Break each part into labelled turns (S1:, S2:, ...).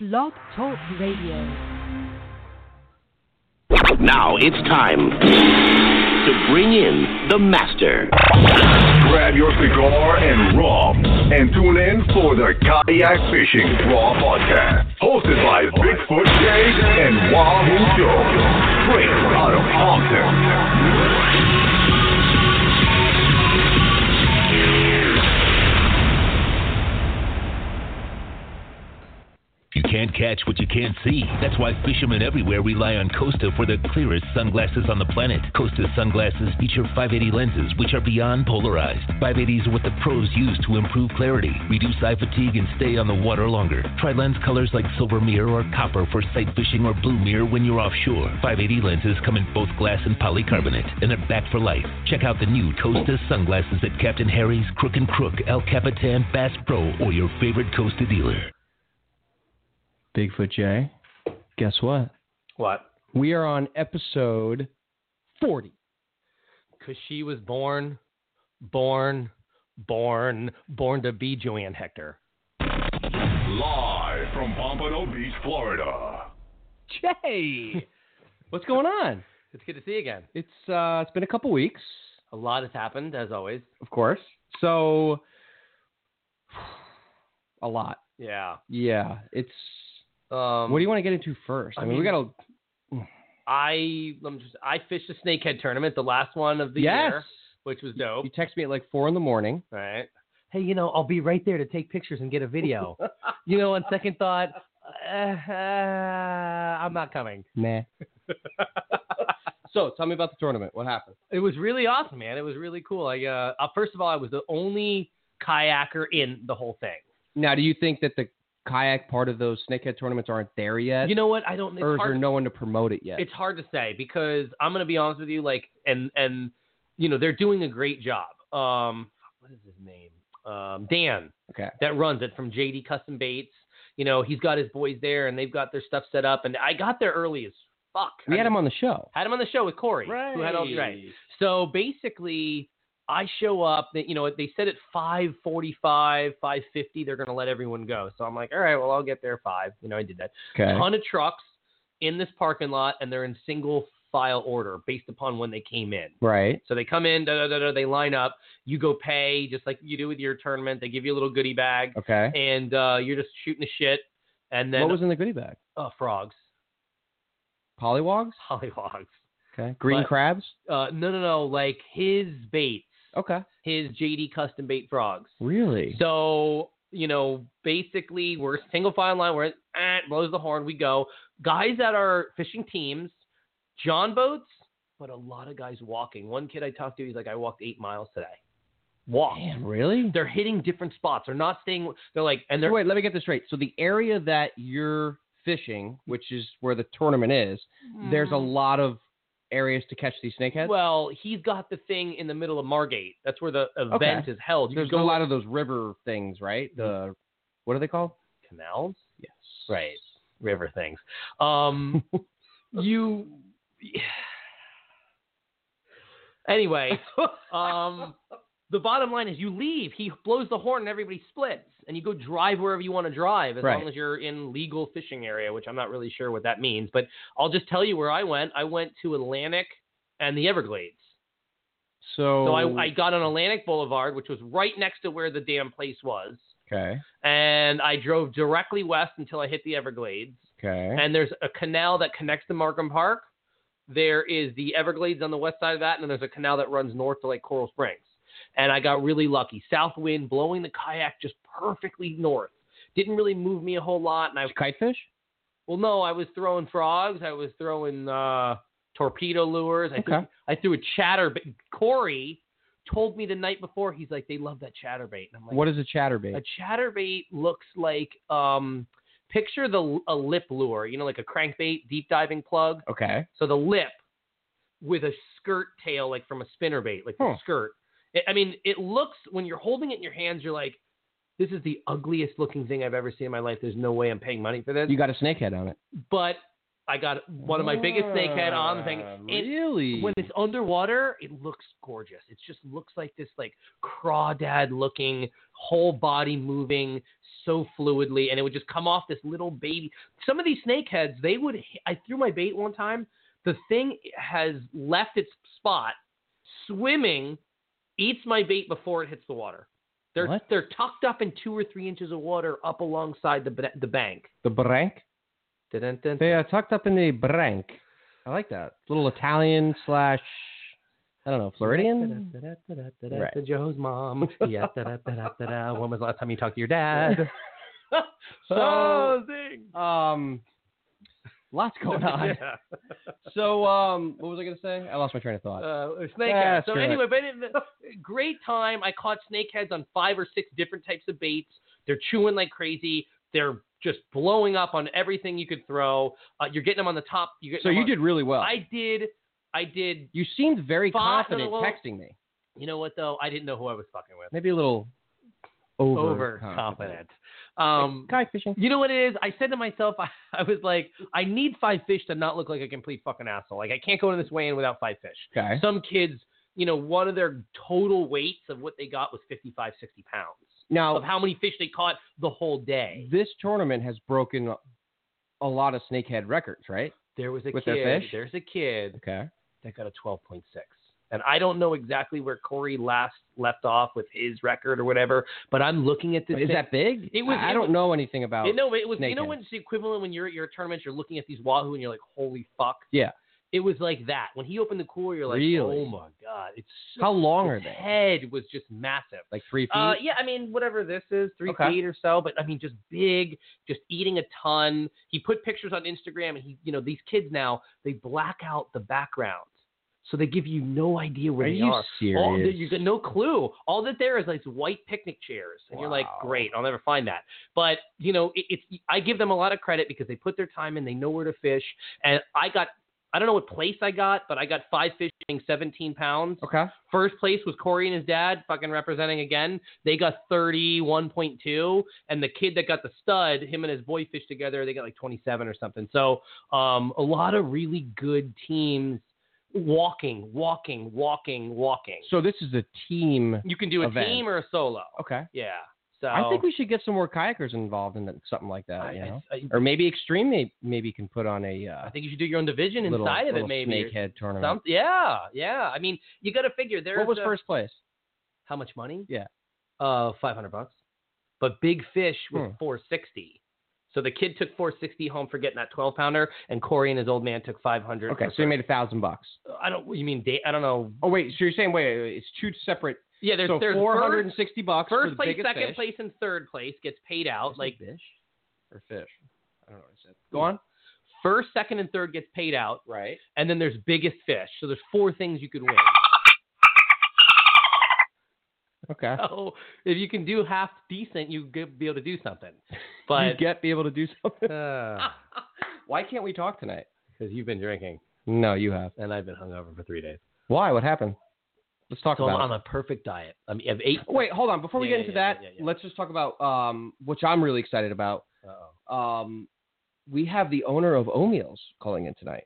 S1: Blog Talk Radio.
S2: Now it's time to bring in the master.
S3: Grab your cigar and raw, and tune in for the Kayak Fishing Raw Podcast, hosted by Bigfoot Jay and Wahoo Joe, straight out of Compton.
S4: You can't catch what you can't see. That's why fishermen everywhere rely on Costa for the clearest sunglasses on the planet. Costa sunglasses feature 580 lenses, which are beyond polarized. 580s are what the pros use to improve clarity, reduce eye fatigue, and stay on the water longer. Try lens colors like silver mirror or copper for sight fishing or blue mirror when you're offshore. 580 lenses come in both glass and polycarbonate, and they're back for life. Check out the new Costa sunglasses at Captain Harry's, Crook and Crook, El Capitan, Bass Pro, or your favorite Costa dealer.
S5: Bigfoot Jay, guess what?
S6: What?
S5: We are on episode 40.
S6: Because she was born, born, born, born to be Joanne Hector.
S3: Live from Pompano Beach, Florida.
S6: Jay,
S5: What's going on?
S6: it's good to see you again.
S5: It's uh, it's been a couple weeks,
S6: A lot has happened, as always.
S5: of course. So a lot.
S6: Yeah.
S5: Yeah, it's
S6: Um,
S5: What do you want to get into first? I,
S6: I
S5: mean, we
S6: mean-
S5: got to
S6: I I'm just I fished the snakehead tournament, the last one of the
S5: Yes.
S6: year, Oh. which was dope.
S5: You text me at like 4 in the morning.
S6: Right. Hey, you know, I'll be right there to take pictures and get a video. you know, on second thought, uh, uh, I'm not coming.
S5: Nah. so, tell me about the tournament. What happened?
S6: It was really awesome, man. It was really cool. I uh, uh, first of all, I was the only kayaker in the whole thing.
S5: Now, do you think that the kayak part of those snakehead tournaments aren't there yet?
S6: You know what? I don't. It's
S5: or is
S6: hard,
S5: there no one to promote it yet?
S6: it's hard to say because I'm gonna be honest with you. Like, and and you know, they're doing a great job. Um, what is his name? Um, Dan.
S5: Okay.
S6: That runs it from JD Custom Baits. You know, he's got his boys there and they've got their stuff set up. And I got there early as fuck.
S5: we
S6: I
S5: had
S6: mean,
S5: him on the show.
S6: had him on the show with Corey. Who had all, right. So basically, I show up. That you know, they said at 5:45, 5:50, they're gonna let everyone go. So I'm like, all right, well, I'll get there at five. You know, I did that
S5: Okay.
S6: ton of trucks in this parking lot, and they're in single file order based upon when they came in.
S5: Right.
S6: So they come in, da, da, da, da, they line up. You go pay just like you do with your tournament. They give you a little goodie bag,
S5: Okay.
S6: and uh, you're just shooting the shit. And then
S5: what was in the goodie bag?
S6: uh, frogs,
S5: Pollywogs?
S6: hollyhocks.
S5: Okay. Green
S6: But-
S5: crabs?
S6: Uh, no, no, no. Like his baits,
S5: Okay.
S6: his JD custom bait frogs.
S5: Really?
S6: So, you know, basically we're single file line, we're eh, blows the horn, we go. Guys that are fishing teams, John boats, but a lot of guys walking. One kid I talked to, he's like, I walked eight miles today. Walk.
S5: Damn, really?
S6: They're hitting different spots. They're not staying they're like and
S5: So
S6: they're
S5: wait, let me get this straight. So the area that you're fishing, which is where the tournament is, there's a lot of areas to catch these snakeheads.
S6: Mm-hmm. well, he's got the thing in the middle of Margate. That's where the event is held. You
S5: there's a
S6: could go
S5: lot of those river things, right?
S6: Mm-hmm.
S5: The what are they called?
S6: canals.
S5: Yes.
S6: Right. River things. Um, you. Anyway, um, the bottom line is you leave. He blows the horn and everybody splits, and you go drive wherever you want to drive, as
S5: Right.
S6: long as you're in legal fishing area, which I'm not really sure what that means. But I'll just tell you where I went. I went to Atlantic and the Everglades.
S5: So,
S6: So I, I got on Atlantic Boulevard, which was right next to where the damn place was,
S5: okay,
S6: and I drove directly west until I hit the Everglades
S5: okay,
S6: and there's a canal that connects to Markham Park. There is the Everglades on the west side of that, and then there's a canal that runs north to Lake Coral Springs. And I got really lucky. South wind blowing the kayak just perfectly north. Didn't really move me a whole lot, and I
S5: kitefish.
S6: well, no, I was throwing frogs. I was throwing uh, torpedo lures. I, threw,
S5: Okay.
S6: I threw a chatterbait. Corey told me the night before. He's like, they love that chatterbait. And I'm like,
S5: What is a chatterbait?
S6: a chatterbait looks like um picture the a lip lure, you know, like a crankbait deep diving plug.
S5: okay,
S6: So the lip with a skirt tail like from a spinnerbait, like the
S5: Huh.
S6: skirt. I- I mean, it looks when you're holding it in your hands, you're like, this is the ugliest looking thing I've ever seen in my life. There's no way I'm paying money for this.
S5: you got a snakehead on it.
S6: but I got one of my biggest snakehead on the thing.
S5: Ah,
S6: It-
S5: Really?
S6: when it's underwater, it looks gorgeous. It just looks like this like crawdad looking whole body moving so fluidly, and it would just come off this little baby. Some of these snakeheads, they would. I threw my bait one time. The thing has left its spot, swimming, eats my bait before it hits the water. They're
S5: What?
S6: they're tucked up in two or three inches of water up alongside the ba- the bank.
S5: The brank.
S6: Dun, dun,
S5: They are tucked up in the brank. I like that. Little Italian slash, I don't know, Floridian? Right.
S6: To Joe's mom. Yeah. da-da-da-da-da-da. When was the last time you talked to your dad?
S5: So-
S6: thing.
S5: Um, lots going on.
S6: Yeah.
S5: So, um, what was I going to say? I lost my train of thought.
S6: Uh, snake
S5: Yeah,
S6: heads. So
S5: screw it.
S6: anyway, but it, great time. I caught snake heads on five or six different types of baits. They're chewing like crazy. They're just blowing up on everything you could throw. Uh, you're getting them on the top. You get
S5: so you did really well.
S6: uh, I did. I did.
S5: you seemed very
S6: Five-
S5: confident
S6: well-
S5: texting me.
S6: You know what though? I didn't know who I was fucking with.
S5: Maybe a little over.
S6: Overconfident. Um,
S5: Kayak fishing.
S6: You know what it is? I said to myself, I, I was like, I need five fish to not look like a complete fucking asshole. Like I can't go in this weigh in without five fish.
S5: Okay.
S6: Some kids, you know, one of their total weights of what they got was 55, 60 pounds of
S5: Now,
S6: how many fish they caught the whole day.
S5: this tournament has broken a lot of snakehead records, right?
S6: There was a
S5: With
S6: kid.
S5: their fish?
S6: There's a kid
S5: Okay.
S6: that got a 12.6. And I don't know exactly where Corey last left off with his record or whatever, but I'm looking at this.
S5: Is
S6: thing-
S5: that big?
S6: It was-
S5: I I
S6: it
S5: don't
S6: was-
S5: know anything about.
S6: You know, it was. You know,
S5: Naked.
S6: when it's the equivalent when you're at your tournaments, you're looking at these wahoo and you're like, "Holy fuck!"
S5: Yeah.
S6: It was like that. When he opened the cooler, you're like,
S5: Really?
S6: "Oh my god!" It's so,
S5: how long are
S6: his
S5: they?
S6: head was just massive.
S5: Like three feet.
S6: Uh, yeah, I mean, whatever this is, three
S5: Okay.
S6: feet or so, but I mean, just big, just eating a ton. He put pictures on Instagram, and he, you know, these kids now they black out the background, so they give you no idea where
S5: are
S6: they
S5: you
S6: are.
S5: serious?
S6: All that you got no clue. All that there is like white picnic chairs, and you're like,
S5: Wow.
S6: great, I'll never find that. But you know, it, it's I give them a lot of credit because they put their time in, they know where to fish, and I got. I don't know what place I got, but I got five fish weighing 17 pounds.
S5: okay.
S6: First place was Corey and his dad, fucking representing again. They got 31.2, and the kid that got the stud, him and his boy fished together. They got like 27 or something. So um, a lot of really good teams walking, walking, walking, walking.
S5: So this is a team.
S6: You can do a
S5: Event.
S6: team or a solo.
S5: Okay.
S6: Yeah. So
S5: I think we should get some more kayakers involved in that- something like that.
S6: I,
S5: you know?
S6: I,
S5: or maybe Extreme may, maybe can put on a uh,
S6: I think you should do your own division
S5: little,
S6: inside of it,
S5: little
S6: maybe. or
S5: snakehead tournament.
S6: Some, yeah, yeah. I mean, you got to figure there.
S5: what was first place?
S6: How much money?
S5: Yeah.
S6: Uh, five hundred bucks. But Big Fish was
S5: Hmm.
S6: four sixty. So the kid took four sixty home for getting that twelve pounder, and Corey and his old man took five hundred.
S5: Okay, so you made a thousand bucks.
S6: I don't. Oh, You mean date? I don't know.
S5: Oh wait, so you're saying wait, wait, wait, it's two separate.
S6: Yeah, there's
S5: so
S6: there's
S5: four hundred and
S6: first,
S5: sixty bucks for
S6: first
S5: the
S6: place,
S5: biggest
S6: second
S5: fish.
S6: place, and third place gets paid out.
S5: Is it
S6: Like
S5: fish or fish. I don't know what I said. Go on.
S6: first, second, and third gets paid out,
S5: Right.
S6: and then there's biggest fish. So there's four things you could win.
S5: Okay.
S6: So if you can do half decent, you could be able to do something.
S5: you
S6: But
S5: get Ah. be able to do something.
S6: because
S5: Why can't we talk tonight?
S6: you've been drinking
S5: No, you have.
S6: and I've been hungover for three days.
S5: Why? What happened? Let's talk
S6: So I'm
S5: about.
S6: on
S5: it.
S6: a perfect diet. I mean, I have eight.
S5: Wait, hold on. Before we
S6: Yeah,
S5: get
S6: yeah,
S5: into
S6: yeah,
S5: that,
S6: yeah, yeah.
S5: let's just talk about um, which I'm really excited about.
S6: Uh-oh.
S5: Um, we have the owner of O'Meals calling in tonight.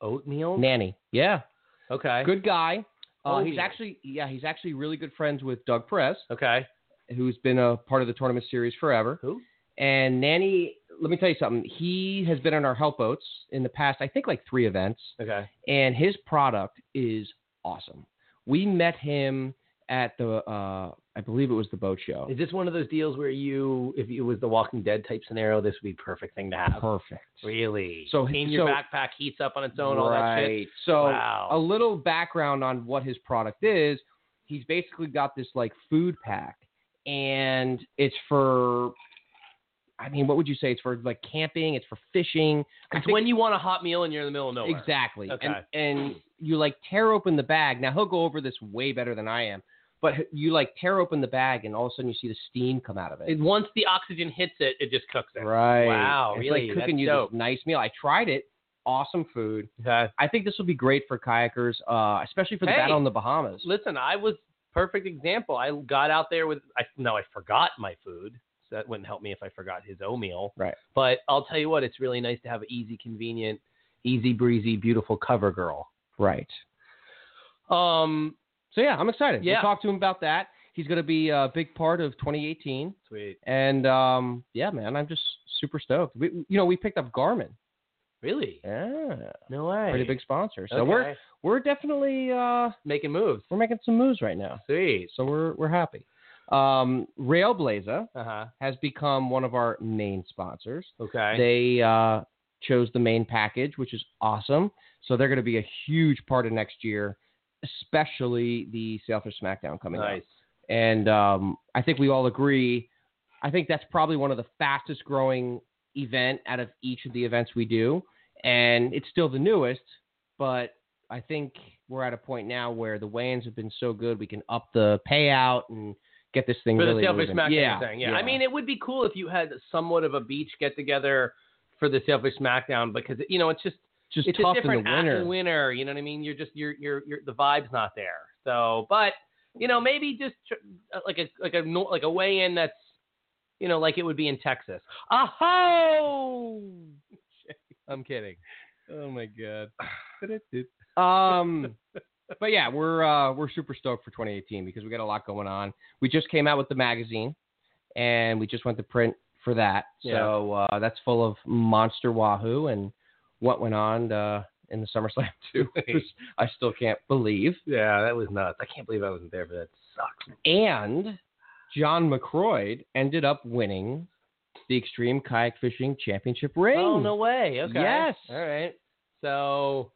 S6: Oatmeal.
S5: Nanny. Yeah.
S6: Okay.
S5: Good guy. Uh, he's
S6: O'Meals.
S5: actually yeah, he's actually really good friends with Doug Perez,
S6: Okay.
S5: who's been a part of the tournament series forever.
S6: Who?
S5: And Nanny, let me tell you something. He has been on our help boats in the past, I think like three events,
S6: Okay.
S5: and his product is awesome. We met him at the uh, I believe it was the boat show.
S6: Is this one of those deals where you, if it was the Walking Dead type scenario, this would be a perfect thing to have?
S5: Perfect.
S6: Really?
S5: So-
S6: in your
S5: so-
S6: backpack, heats up on its own, all that shit.
S5: Right. So
S6: Wow.
S5: a little background on what his product is. He's basically got this like food pack, and it's for. I mean, what would you say? It's for like camping. It's for fishing. I
S6: It's
S5: think-
S6: when you want a hot meal and you're in the middle of nowhere.
S5: exactly.
S6: Okay.
S5: And, and you like tear open the bag. Now he'll go over this way better than I am, but you like tear open the bag, and all of a sudden you see the steam come out of it.
S6: It- once the oxygen hits it, it just cooks it.
S5: right.
S6: Wow,
S5: It's
S6: really?
S5: like cooking
S6: That's
S5: you
S6: dope.
S5: this nice meal. I tried it. Awesome food.
S6: Okay.
S5: I think this will be great for kayakers, uh, especially for the
S6: Hey.
S5: battle in the Bahamas.
S6: Listen, I was perfect example. I got out there with, I no, I forgot my food. So that wouldn't help me if I forgot his oatmeal.
S5: Right.
S6: But I'll tell you what, it's really nice to have an easy, convenient, easy breezy, beautiful cover girl.
S5: Right.
S6: Um,
S5: So yeah, I'm excited.
S6: Yeah.
S5: We'll talk to him about that. he's going to be a big part of 2018.
S6: Sweet.
S5: And um, yeah, man, I'm just super stoked. We, you know, we picked up Garmin.
S6: Really?
S5: Yeah,
S6: No way.
S5: pretty big sponsor. So we're
S6: Okay.
S5: we're definitely uh,
S6: making moves.
S5: we're making some moves right now.
S6: Sweet.
S5: So we're we're happy. Um, Railblazer
S6: Uh huh.
S5: has become one of our main sponsors.
S6: Okay.
S5: They uh, chose the main package, which is awesome. So they're going to be a huge part of next year, especially the Selfish SmackDown coming up.
S6: nice.
S5: And um, I think we all agree. I think that's probably one of the fastest growing event out of each of the events we do, and it's still the newest. But I think we're at a point now where the weigh-ins have been so good, we can up the payout and get this thing
S6: For
S5: really
S6: the Sailfish
S5: moving.
S6: SmackDown
S5: yeah,
S6: thing. Yeah. I mean, it would be cool if you had somewhat of a beach get together for the Sailfish SmackDown because you know it's just
S5: just
S6: it's
S5: tough
S6: a different
S5: in the winter.
S6: acting winter. You know what I mean? You're just you're you're, you're the vibe's not there. So, but you know, maybe just tr- uh, like a like a no- like a weigh in that's you know like it would be in Texas. Aho! I'm kidding. Oh my god.
S5: Um, but yeah, we're uh, we're super stoked for 2018 because we got a lot going on. We just came out with the magazine, and we just went to print for that. So uh, that's full of monster wahoo and what went on uh, in the SummerSlam too. which I still can't believe.
S6: Yeah, that was nuts. I can't believe I wasn't there, but that sucks.
S5: And John McCroyd ended up winning the Extreme Kayak Fishing Championship ring.
S6: Oh no way. Okay.
S5: Yes.
S6: All right. So,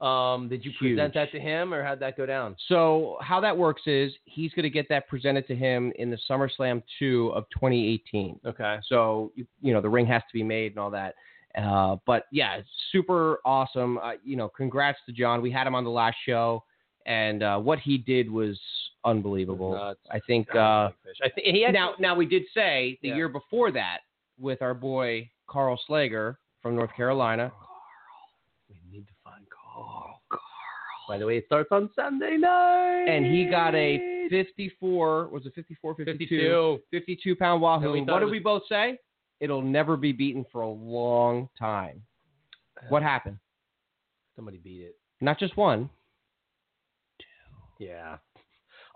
S6: um, did you present
S5: Huge.
S6: that to him, or how'd that go down?
S5: So how that works is he's going to get that presented to him in the SummerSlam 2 of 2018.
S6: Okay.
S5: So you, you know the ring has to be made and all that. Uh, but yeah, it's super awesome. Uh, you know, congrats to John. We had him on the last show, and uh, what he did was unbelievable.
S6: Nuts.
S5: I think uh,
S6: I think he actually-
S5: now now we did say the
S6: Yeah.
S5: year before that with our boy Carl Slager from North Carolina.
S6: We need to find Carl. Carl. By the way, it starts on Sunday night.
S5: And he got a 54, was it 54, 52,
S6: 52.
S5: 52 pound
S6: And
S5: Wahoo.
S6: we
S5: And
S6: thought
S5: what
S6: it
S5: did
S6: was-
S5: we both say? It'll never be beaten for a long time.
S6: Uh,
S5: What happened?
S6: Somebody beat it.
S5: Not just one,
S6: Yeah.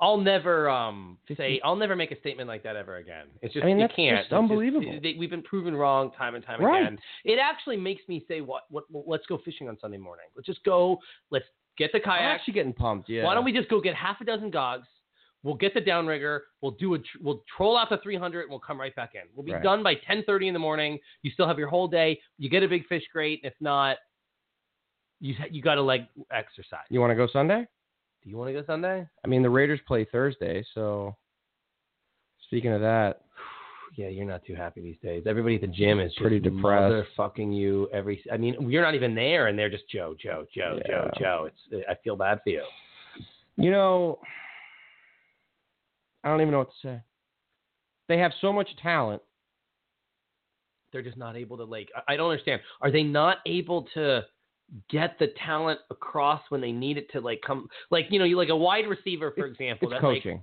S6: I'll never um say I'll never make a statement like that ever again. It's just
S5: I mean,
S6: you
S5: that's
S6: can't.
S5: just
S6: It's just-
S5: unbelievable.
S6: they- we've been proven wrong time and time
S5: Right.
S6: again. It actually makes me say, what, what? what- Let's go fishing on Sunday morning. Let's just go. Let's get the
S5: I'm
S6: kayak.
S5: actually getting pumped. Yeah.
S6: Why don't we just go get half a dozen gogs? We'll get the downrigger. We'll do a. tr- We'll troll out the 300, and we'll come right back in. We'll be
S5: Right.
S6: done by 10:30 in the morning. You still have your whole day. You get a big fish, great. If not, you you got to like exercise.
S5: You want to go Sunday?
S6: Do you want to go Sunday?
S5: I mean, the Raiders play Thursday, so speaking of that,
S6: Yeah, you're not too happy these days. Everybody at the gym is
S5: Pretty
S6: just
S5: depressed.
S6: Fucking you every. I mean, you're not even there, and they're just Joe, Joe, Joe, Joe, Joe. It's. I feel bad for you.
S5: you know, I don't even know what to say. They have so much talent.
S6: they're just not able to like I- I don't understand. Are they not able to get the talent across when they need it to like come like you know, you like a wide receiver for example
S5: It's
S6: that like
S5: coaching.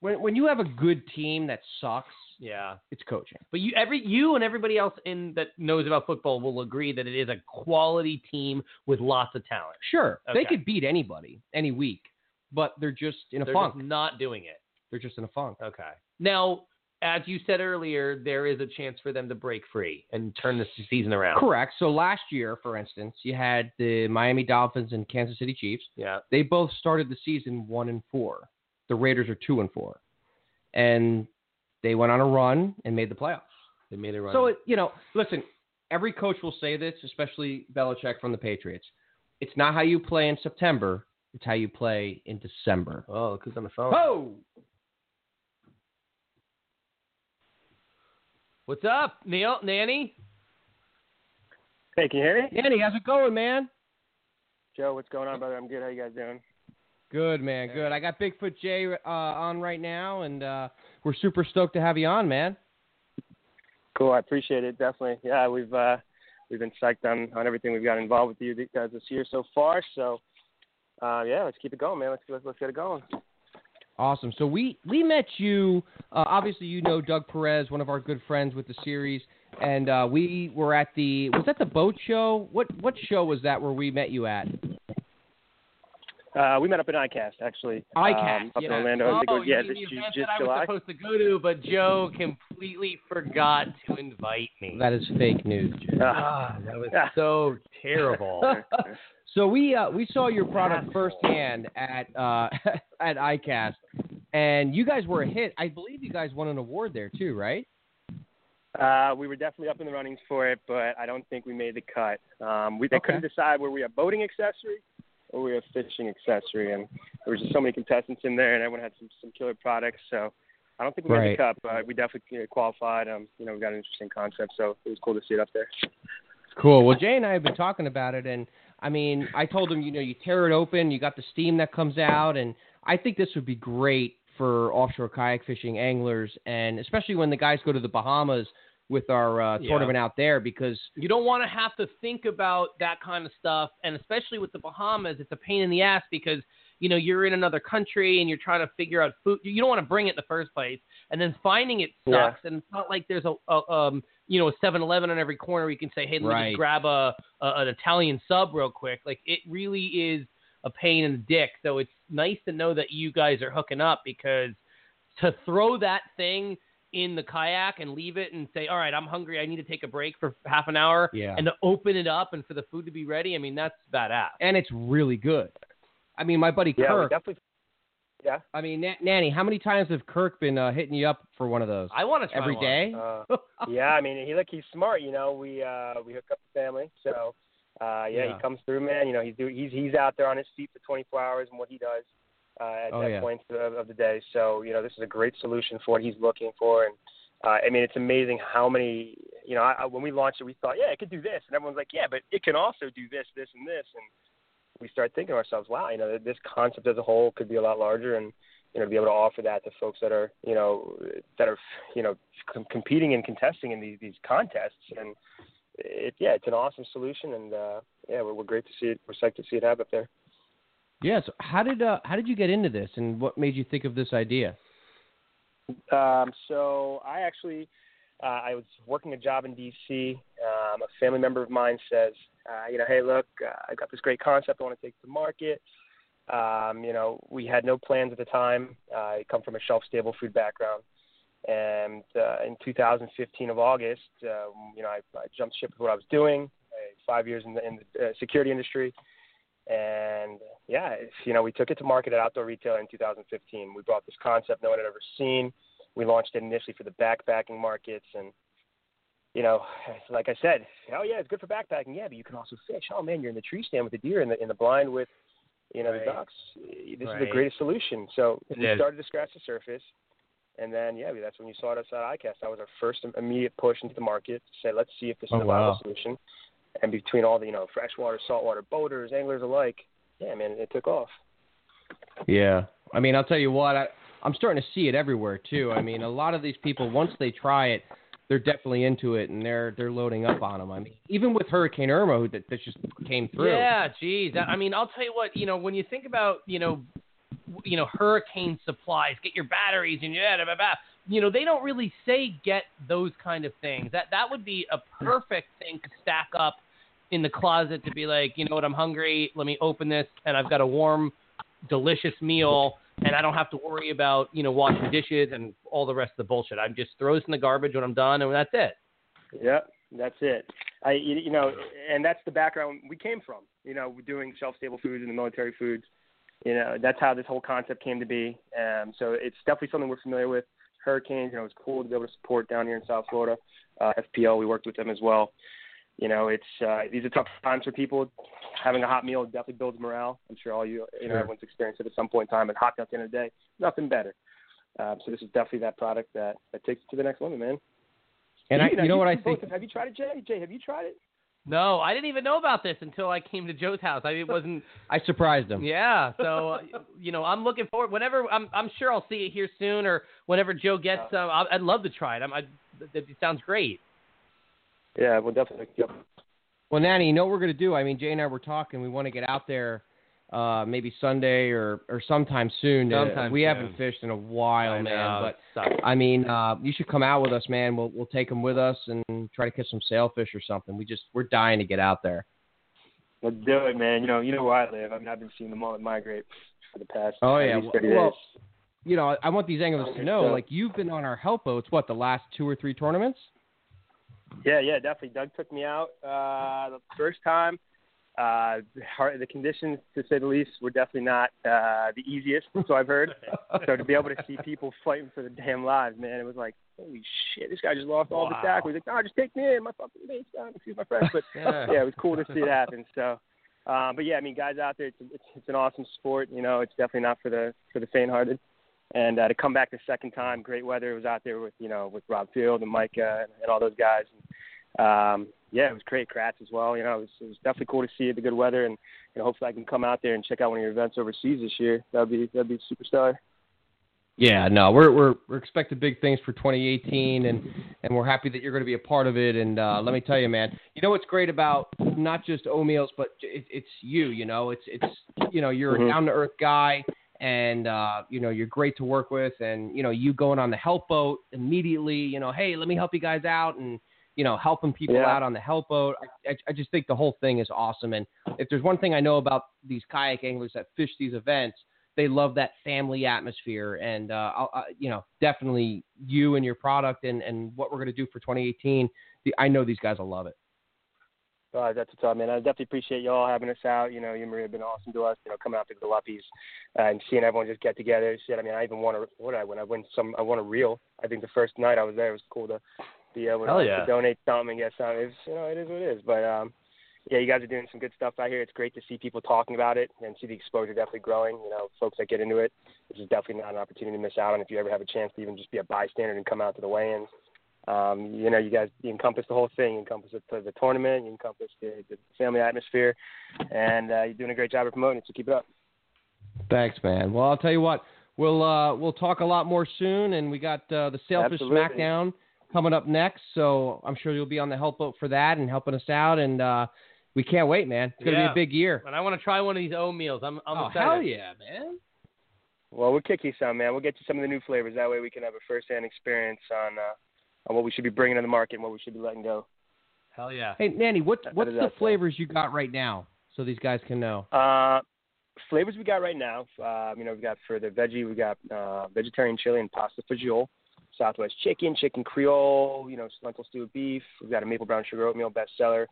S5: when when you have a good team that sucks,
S6: yeah.
S5: it's coaching.
S6: But you every you and everybody else in that knows about football will agree that it is a quality team with lots of talent.
S5: Sure, they
S6: Okay.
S5: could beat anybody any week, but they're just in a
S6: They're
S5: funk.
S6: just not doing it.
S5: they're just in a funk.
S6: Okay. Now, as you said earlier, there is a chance for them to break free and turn this season around.
S5: Correct. So last year, for instance, you had the Miami Dolphins and Kansas City Chiefs.
S6: Yeah.
S5: they both started the season one and four. The Raiders are two and four, and they went on a run and made the playoffs.
S6: They made a run.
S5: So it, you know, listen, every coach will say this, especially Belichick from the Patriots. It's not how you play in September; it's how you play in December.
S6: Oh, look who's on the phone.
S5: Oh,
S6: What's up, Neil? Nanny?
S7: Hey, can you hear me?
S5: Danny, how's it going, man?
S7: Joe, what's going on, brother? I'm good. How you guys doing?
S5: Good, man. Good. I got Bigfoot Jay uh, on right now, and uh, we're super stoked to have you on, man.
S7: Cool. I appreciate it. Definitely. Yeah, we've uh, we've been psyched on, on everything we've got involved with you guys this year so far. So, uh, yeah, let's keep it going, man. Let's let's, let's get it going.
S5: Awesome. So we we met you. Uh, obviously, you know Doug Perez, one of our good friends with the series, and uh, we were at the was that the boat show? What what show was that where we met you at?
S7: Uh, we met up at ICAST actually.
S6: ICAST,
S7: um, up in
S6: yeah.
S7: Orlando. I
S6: Oh,
S7: think it was- yeah,
S6: you
S7: this
S6: mean the
S7: ju-
S6: event
S7: just
S6: that I
S7: July.
S6: was supposed to go to, but Joe completely forgot to invite me.
S5: That is fake news. Jay.
S7: Ah,
S6: ah, that was
S7: Ah.
S6: so terrible.
S5: So we uh, we saw your product
S6: Asshole.
S5: firsthand at uh, at ICAST, and you guys were a hit. I believe you guys won an award there too, right?
S7: Uh, we were definitely up in the runnings for it, but I don't think we made the cut. Um, we, they
S5: Okay.
S7: couldn't decide were we a boating accessory or were we a fishing accessory, and there was just so many contestants in there, and everyone had some, some killer products. So I don't think we made
S5: Right.
S7: the cut, but we definitely you know, qualified. Um, you know, we got an interesting concept, so it was cool to see it up there.
S5: Cool. Well, Jay and I have been talking about it, and I mean, I told him, you know, you tear it open, you got the steam that comes out, and I think this would be great for offshore kayak fishing anglers, and especially when the guys go to the Bahamas with our uh,
S6: Yeah.
S5: tournament out there, because
S6: You don't want to have to think about that kind of stuff, and especially with the Bahamas, it's a pain in the ass because you know you're in another country and you're trying to figure out food. You don't want to bring it in the first place, and then finding it
S7: Yeah.
S6: sucks. And it's not like there's a, a um you know a 7-Eleven on every corner where you can say, hey, let me
S5: Right.
S6: just grab a, a an Italian sub real quick. Like it really is a pain in the dick. So it's nice to know that you guys are hooking up because to throw that thing in the kayak and leave it and say, all right, I'm hungry. I need to take a break for half an hour
S5: yeah,
S6: and to open it up and for the food to be ready. I mean, that's badass.
S5: and it's really good. I mean, my buddy
S7: Yeah, we
S5: Kirk.
S7: definitely.
S5: I mean, Na- Nanny, how many times have Kirk been uh, hitting you up for one of those
S6: I want to try
S5: every
S6: one.
S5: day?
S7: Uh, yeah, I mean, he look, he's smart. You know, we uh, we hook up the family, so uh, yeah,
S6: Yeah.
S7: he comes through, man. You know, he's do, he's he's out there on his feet for 24 hours, and what he does uh, at
S5: Oh,
S7: that
S5: yeah.
S7: point of, of the day. So you know, this is a great solution for what he's looking for, and uh, I mean, it's amazing how many. You know, I, I, when we launched it, we thought, yeah, it could do this, and everyone's like, yeah, but it can also do this, this, and this, and we start thinking to ourselves, wow, you know, this concept as a whole could be a lot larger, and you know, to be able to offer that to folks that are, you know, that are, you know, com- competing and contesting in these these contests, and it, yeah, it's an awesome solution, and uh, yeah, we're, we're great to see it. We're psyched to see it happen up there.
S5: Yes. How did uh, how did you get into this, and what made you think of this idea?
S7: Um, so I actually, uh, I was working a job in D.C. Um, a family member of mine says, uh, you know, hey, look, uh, I got this great concept I want to take to market. Um, you know, we had no plans at the time. Uh, I come from a shelf-stable food background, and uh, in 2015 of August, um, you know, I, I jumped ship with what I was doing. I, five years in the, in the uh, security industry, and yeah, it's, you know, we took it to market at Outdoor Retailer in 2015. We brought this concept no one had ever seen. We launched it initially for the backpacking markets, and you know, like I said, oh yeah, it's good for backpacking. Yeah, but you can also fish. Oh man, you're in the tree stand with the deer, in the in the blind with, you know, the
S6: Right.
S7: ducks. This is
S6: Right.
S7: the greatest solution. So we
S6: is.
S7: started to scratch the surface, and then yeah, that's when you saw it us at ICAST. That was our first immediate push into the market to say, let's see if this
S5: Oh,
S7: is a viable
S5: wow.
S7: solution. And between all the you know freshwater, saltwater boaters, anglers alike, yeah, man, it took off.
S5: Yeah. I mean, I'll tell you what, I, I'm starting to see it everywhere too. I mean, a lot of these people, once they try it, they're definitely into it and they're they're loading up on them. I mean, even with Hurricane Irma, who that, that just came through.
S6: Yeah, geez. I I mean, I'll tell you what. You know, when you think about you know, w- you know, hurricane supplies, get your batteries and yeah, blah, blah, blah. You know, they don't really say get those kind of things. That that would be a perfect thing to stack up in the closet to be like, you know what, I'm hungry. Let me open this, and I've got a warm, delicious meal. And I don't have to worry about you know washing dishes and all the rest of the bullshit. I just throw this in the garbage when I'm done, and that's it.
S7: Yep, that's it. I, you you know, and that's the background we came from. You know, doing shelf-stable foods and the military foods. You know, that's how this whole concept came to be. Um, so it's definitely something we're familiar with. Hurricanes, you know, it's cool to be able to support down here in South Florida. Uh, FPL, we worked with them as well. You know, it's uh, these are tough times for people. Having a hot meal definitely builds morale. I'm sure all you, you know,
S5: Sure.
S7: everyone's experienced it at some point in time. And hot meal at the end of the day, nothing better. Um, so this is definitely that product that that takes it to the next level, man.
S5: And I, you know what I
S7: you both
S5: think?
S7: have- Have you tried it, Jay? Jay, have you tried it?
S6: No, I didn't even know about this until I came to Joe's house. I it wasn't
S5: I surprised them.
S6: Yeah, so uh, you know, I'm looking forward. Whenever I'm, I'm sure I'll see it here soon, or whenever Joe gets some. I, I'd love to try it. I'm, I, it sounds great.
S7: Yeah, well, definitely. Yep.
S5: Well, Nanny, you know what we're gonna do? I mean, Jay and I were talking. We want to get out there, uh, maybe Sunday or or sometime soon. Uh,
S6: Sometime
S5: we
S6: soon.
S5: haven't fished in a while, man.
S6: Um,
S5: But
S6: but
S5: I mean, uh, you should come out with us, man. We'll we'll take them with us and try to catch some sailfish or something. We just we're dying to get out there.
S7: Let's do it, man. You know, you know where I live. I mean, I've been seeing the mullet migrate for the past
S5: Oh,
S7: at
S5: yeah.
S7: least 30
S5: Well,
S7: days.
S5: You know, I want these anglers to know, like you've been on our help boats. What the last two or three tournaments?
S7: Yeah, yeah, definitely. Doug took me out uh, the first time. Uh, the har- the conditions, to say the least, were definitely not uh, the easiest, so I've heard. so to be able to see people fighting for their damn lives, man, it was like, holy shit, this guy just lost all the tackle. He's like, no, just take me in, my fucking face, down. excuse my French, but
S5: Yeah.
S7: yeah, it was cool to see it happen. So, uh, but yeah, I mean, guys out there, it's, it's it's an awesome sport. You know, it's definitely not for the for the faint-hearted. And uh, to come back the second time, great weather. It was out there with you know with Rob Field and Micah and all those guys. Um, yeah, it was great. Kratz as well. You know, it was, it was definitely cool to see the good weather, and you know, hopefully I can come out there and check out one of your events overseas this year. That'd be that'd be super stellar.
S5: Yeah, no, we're we're we're expecting big things for 2018, and and we're happy that you're going to be a part of it. And uh, let me tell you, man, you know what's great about not just O'Meals, but it, it's you. You know, it's it's you know you're
S7: Mhm.
S5: a down to earth guy, and uh, you know you're great to work with, and you know you going on the help boat immediately. You know, hey, let me help you guys out, and you know helping people
S7: Yeah.
S5: out on the help boat. I, I, I just think the whole thing is awesome. And if there's one thing I know about these kayak anglers that fish these events they love that family atmosphere and uh, I'll, I, you know definitely you and your product and, and what we're going to do for 2018 the, i know these guys will love it
S7: Uh, that's what's up, man. I definitely appreciate y'all having us out. You know, you and Maria have been awesome to us. You know, coming out to the Galopies uh, and seeing everyone just get together. Shit, I mean, I even won a what did I win? I win some. I won a reel. I think the first night I was there, it was cool to be able to,
S6: Hell yeah.
S7: to donate something and get something. It's, you know, it is what it is. But um, yeah, you guys are doing some good stuff out here. It's great to see people talking about it and see the exposure definitely growing. You know, folks that get into it, this is definitely not an opportunity to miss out on. If you ever have a chance to even just be a bystander and come out to the weigh-ins, um, you know, you guys you encompass the whole thing. You encompass the, the tournament. You encompass the, the family atmosphere, and uh, you're doing a great job of promoting it. So keep it up.
S5: thanks man well i'll tell you what we'll uh, we'll talk a lot more soon and we got uh, the sailfish
S7: Absolutely.
S5: smackdown coming up next so i'm sure you'll be on the help boat for that and helping us out and uh, we can't wait man it's going to
S6: Yeah.
S5: be a big year
S6: And I want to try one of these oatmeals. I'm, I'm
S5: oh
S6: excited.
S5: hell yeah man
S7: Well, we'll kick you some, man. We'll get you some of the new flavors. That way, we can have a first-hand experience on uh, on what we should be bringing to the market and what we should be letting go.
S6: Hell yeah.
S5: hey nanny what,
S7: That
S5: what's
S7: is
S5: the
S7: awesome.
S5: flavors you got right now so these guys can know
S7: Uh, flavors we got right now, uh, you know, we've got for the veggie, we got uh, vegetarian chili and pasta fagioli, Southwest chicken, chicken creole, you know, lentil stewed beef. We've got a maple brown sugar oatmeal bestseller.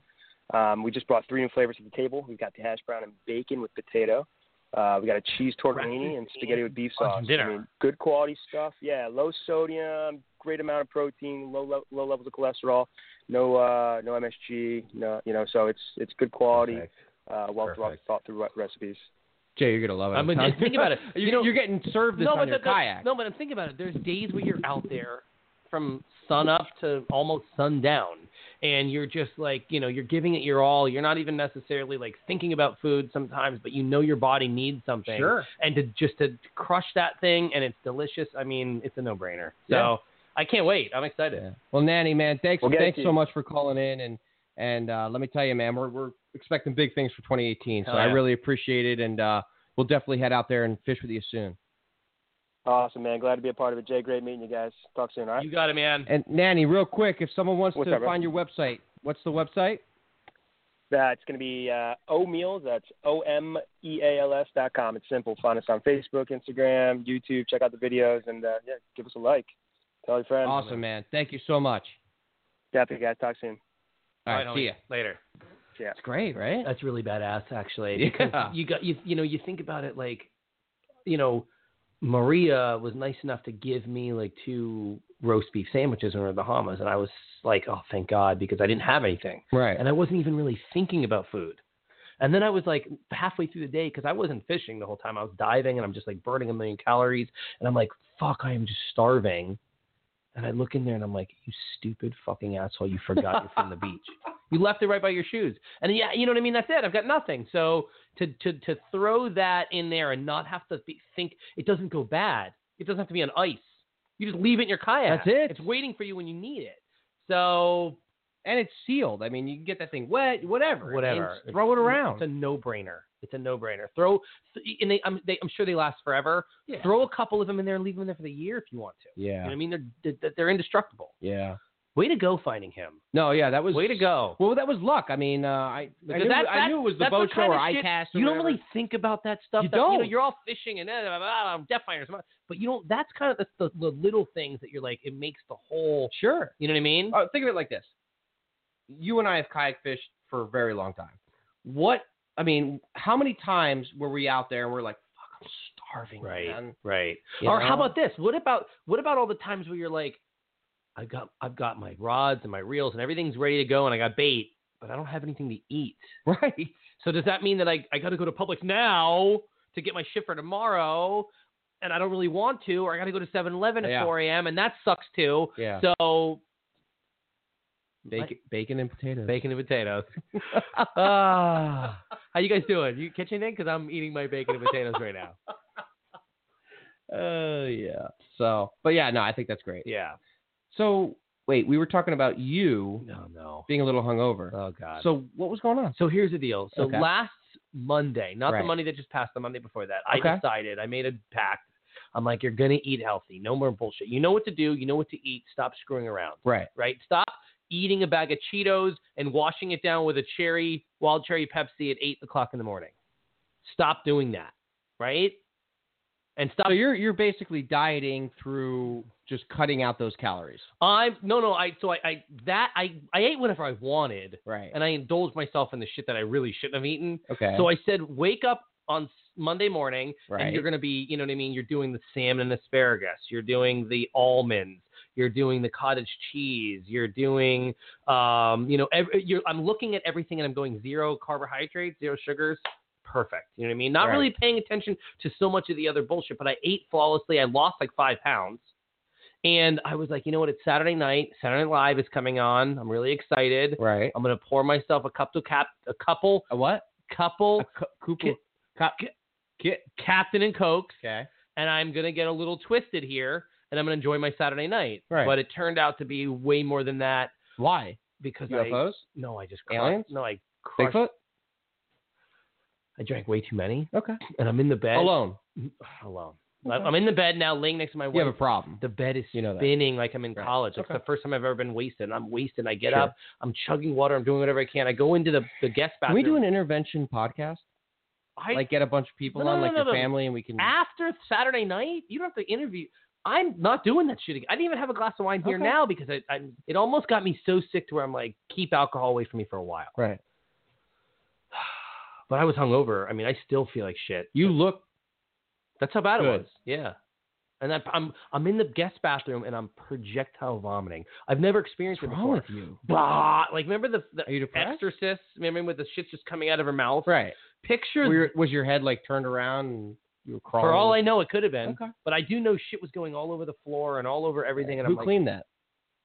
S7: Um, we just brought three new flavors to the table. We've got the hash brown and bacon with potato. Uh, we got a cheese tortellini and spaghetti with beef sauce.
S6: Lunch and dinner.
S7: I mean, good quality stuff. Yeah, low sodium, great amount of protein, low le- low levels of cholesterol, no uh, no MSG, no, you know, so it's it's good quality uh, well thought,
S6: Perfect.
S7: thought through re- recipes.
S5: Jay, you're gonna love it.
S6: I
S5: I'm
S6: mean,
S5: telling
S6: think about it.
S5: You,
S6: You know-
S5: are getting served this
S6: no,
S5: on
S6: but
S5: your
S6: the- the-
S5: kayak.
S6: no, but I'm thinking about it. There's days where you're out there from sun up to almost sundown, and you're just like, you know, you're giving it your all. You're not even necessarily like thinking about food sometimes, but you know your body needs something.
S5: Sure.
S6: And to just to crush that thing and it's delicious. I mean, it's a no brainer. So
S5: Yeah.
S6: I can't wait. I'm excited.
S5: Yeah. Well, Nanny, man, thanks,
S7: We'll get it
S5: thanks
S7: to
S5: so
S7: you.
S5: much for calling in, and and uh, let me tell you, man, we're we're expecting big things for 2018. So
S6: Hell
S5: I
S6: yeah.
S5: really appreciate it, and uh, we'll definitely head out there and fish with you soon.
S7: Awesome, man. Glad to be a part of it. Jay, great meeting you guys. Talk soon, all right?
S6: You got it, man.
S5: And Nanny, real quick, if someone wants
S7: What's
S5: to
S7: up, bro?
S5: find your website, what's the website?
S7: That's going to be uh, O Meals. That's O M E A L S dot com. It's simple. Find us on Facebook, Instagram, YouTube. Check out the videos and uh, yeah, give us a like. Tell your friends.
S5: Awesome, man. Thank you so much.
S7: Definitely, guys. Talk soon.
S5: All right,
S6: All right,
S5: see
S6: homie.
S5: ya.
S6: Later.
S7: Yeah.
S5: It's great, right?
S6: That's really badass, actually.
S5: Yeah.
S6: because You got you you know you think about it like, you know, Maria was nice enough to give me like two roast beef sandwiches when we were in the Bahamas, and I was like, oh thank God because I didn't have anything,
S5: Right.
S6: and I wasn't even really thinking about food. And then I was like halfway through the day because I wasn't fishing the whole time. I was diving and I'm just like burning a million calories. And I'm like, fuck, I am just starving. And I look in there and I'm like, you stupid fucking asshole, you forgot you're from the beach. You left it right by your shoes. And yeah, you know what I mean? That's it. I've got nothing. So to to to throw that in there and not have to be, think it doesn't go bad. It doesn't have to be on ice. You just leave it in your kayak.
S5: That's it.
S6: It's waiting for you when you need it. So
S5: And it's sealed. I mean, you can get that thing wet, whatever.
S6: whatever.
S5: And throw it
S6: It's
S5: around.
S6: a no-brainer. It's a no-brainer. Throw, and they, I'm, they, I'm sure they last forever.
S5: Yeah.
S6: Throw a couple of them in there and leave them in there for the year if you want to. You know
S5: yeah.
S6: what I mean, they're they're- they're indestructible.
S5: Yeah.
S6: Way to go finding him.
S5: No, yeah, that was
S6: Way to go.
S5: Well, that was luck. I mean, uh, I I
S6: Because
S5: knew,
S6: that-
S5: I knew it was the
S6: that's
S5: boat
S6: kind
S5: show or
S6: of shit-
S5: ICAST. or
S6: You don't
S5: whatever.
S6: really think about that stuff.
S5: You
S6: that- know,
S5: don't.
S6: you're all fishing and uh, blah, blah, blah, death fighters, blah. but you don't. That's kind of the, the, the little things that you're like. It makes the whole.
S5: sure.
S6: You know what I mean?
S5: Uh, think of it like this: you and I have kayak fished for a very long time. What I mean, how many times were we out there and we're like, "Fuck, I'm starving,
S6: Right.
S5: man."
S6: right.
S5: You
S6: or how
S5: know?
S6: about this? What about what about all the times where you're like, I got I've got my rods and my reels and everything's ready to go and I got bait, but I don't have anything to eat.
S5: Right.
S6: So does that mean that I I got to go to Publix now to get my shit for tomorrow? And I don't really want to, or I got to go to 7-Eleven at
S5: Yeah.
S6: 4 a.m. and that sucks too.
S5: Yeah.
S6: So
S5: bacon, bacon and potatoes.
S6: bacon and potatoes. Ah, how you guys doing? You catch anything? Because I'm eating my bacon and potatoes right now.
S5: Oh yeah. So, but yeah, no, I think that's great.
S6: Yeah.
S5: So, wait, we were talking about you
S6: No, no.
S5: being a little hungover.
S6: Oh God.
S5: so, what was going on?
S6: So here's the deal. So
S5: Okay.
S6: last Monday, not
S5: Right.
S6: the Monday that just passed, the Monday before that,
S5: Okay.
S6: I decided I made a pact. I'm like, you're gonna eat healthy. No more bullshit. You know what to do. You know what to eat. Stop screwing around.
S5: Right.
S6: Right. Stop eating a bag of Cheetos and washing it down with a cherry, wild cherry Pepsi at eight o'clock in the morning. Stop doing that. Right. And stop
S5: So you're you're basically dieting through just cutting out those calories.
S6: I'm no no I so I, I that I I ate whatever I wanted
S5: Right.
S6: and I indulged myself in the shit that I really shouldn't have eaten.
S5: Okay.
S6: So I said wake up on s- Monday morning
S5: Right.
S6: and you're gonna be you know what I mean you're doing the salmon and asparagus you're doing the almonds you're doing the cottage cheese you're doing um you know ev- you're I'm looking at everything and I'm going zero carbohydrates zero sugars perfect you know what I mean not
S5: Right.
S6: really paying attention to so much of the other bullshit but I ate flawlessly I lost like five pounds. And I was like, you know what? It's Saturday night. Saturday Night Live is coming on. I'm really excited.
S5: right.
S6: I'm gonna pour myself a cup to cap, a couple,
S5: A what?
S6: couple,
S5: Cooper.
S6: Ca- Captain and Cokes,
S5: Okay.
S6: and I'm gonna get a little twisted here, and I'm gonna enjoy my Saturday night.
S5: Right.
S6: But it turned out to be way more than that
S5: Why?
S6: because I
S5: UFOs?
S6: no, I just
S5: Aliens?
S6: crushed, no, I crushed.
S5: Bigfoot?
S6: I drank way too many,
S5: Okay.
S6: and I'm in the bed
S5: Alone.
S6: Alone. I- I'm in the bed now, laying next to my wife.
S5: You have a problem.
S6: The bed is
S5: You know that.
S6: spinning like I'm in
S5: Right.
S6: college. It's
S5: Okay.
S6: the first time I've ever been wasted. and I'm wasted. I get
S5: Sure.
S6: up. I'm chugging water. I'm doing whatever I can. I go into the, the guest
S5: Can
S6: bathroom.
S5: we do an intervention podcast?
S6: I,
S5: like get a bunch of people
S6: No,
S5: on,
S6: no,
S5: like
S6: no,
S5: your
S6: no.
S5: family, and we can.
S6: after Saturday night, you don't have to interview. I'm not doing that shit again. I didn't even have a glass of wine here
S5: Okay.
S6: now because I, I it almost got me so sick to where I'm like, keep alcohol away from me for a while.
S5: Right.
S6: But I was hungover. I mean, I still feel like shit.
S5: You look
S6: That's how bad
S5: Good.
S6: it was. Yeah. And I, I'm I'm in the guest bathroom and I'm projectile vomiting. I've never experienced it
S5: wrong
S6: before.
S5: with you.
S6: Bah! Like remember the, the
S5: Are you depressed?
S6: Exorcist? Remember with the shit just coming out of her mouth?
S5: Right.
S6: Picture
S5: Were your- was your head like turned around and you were crawling?
S6: for all I know, it could have been.
S5: Okay.
S6: But I do know shit was going all over the floor and all over everything. And
S5: Who
S6: I'm like,
S5: cleaned that?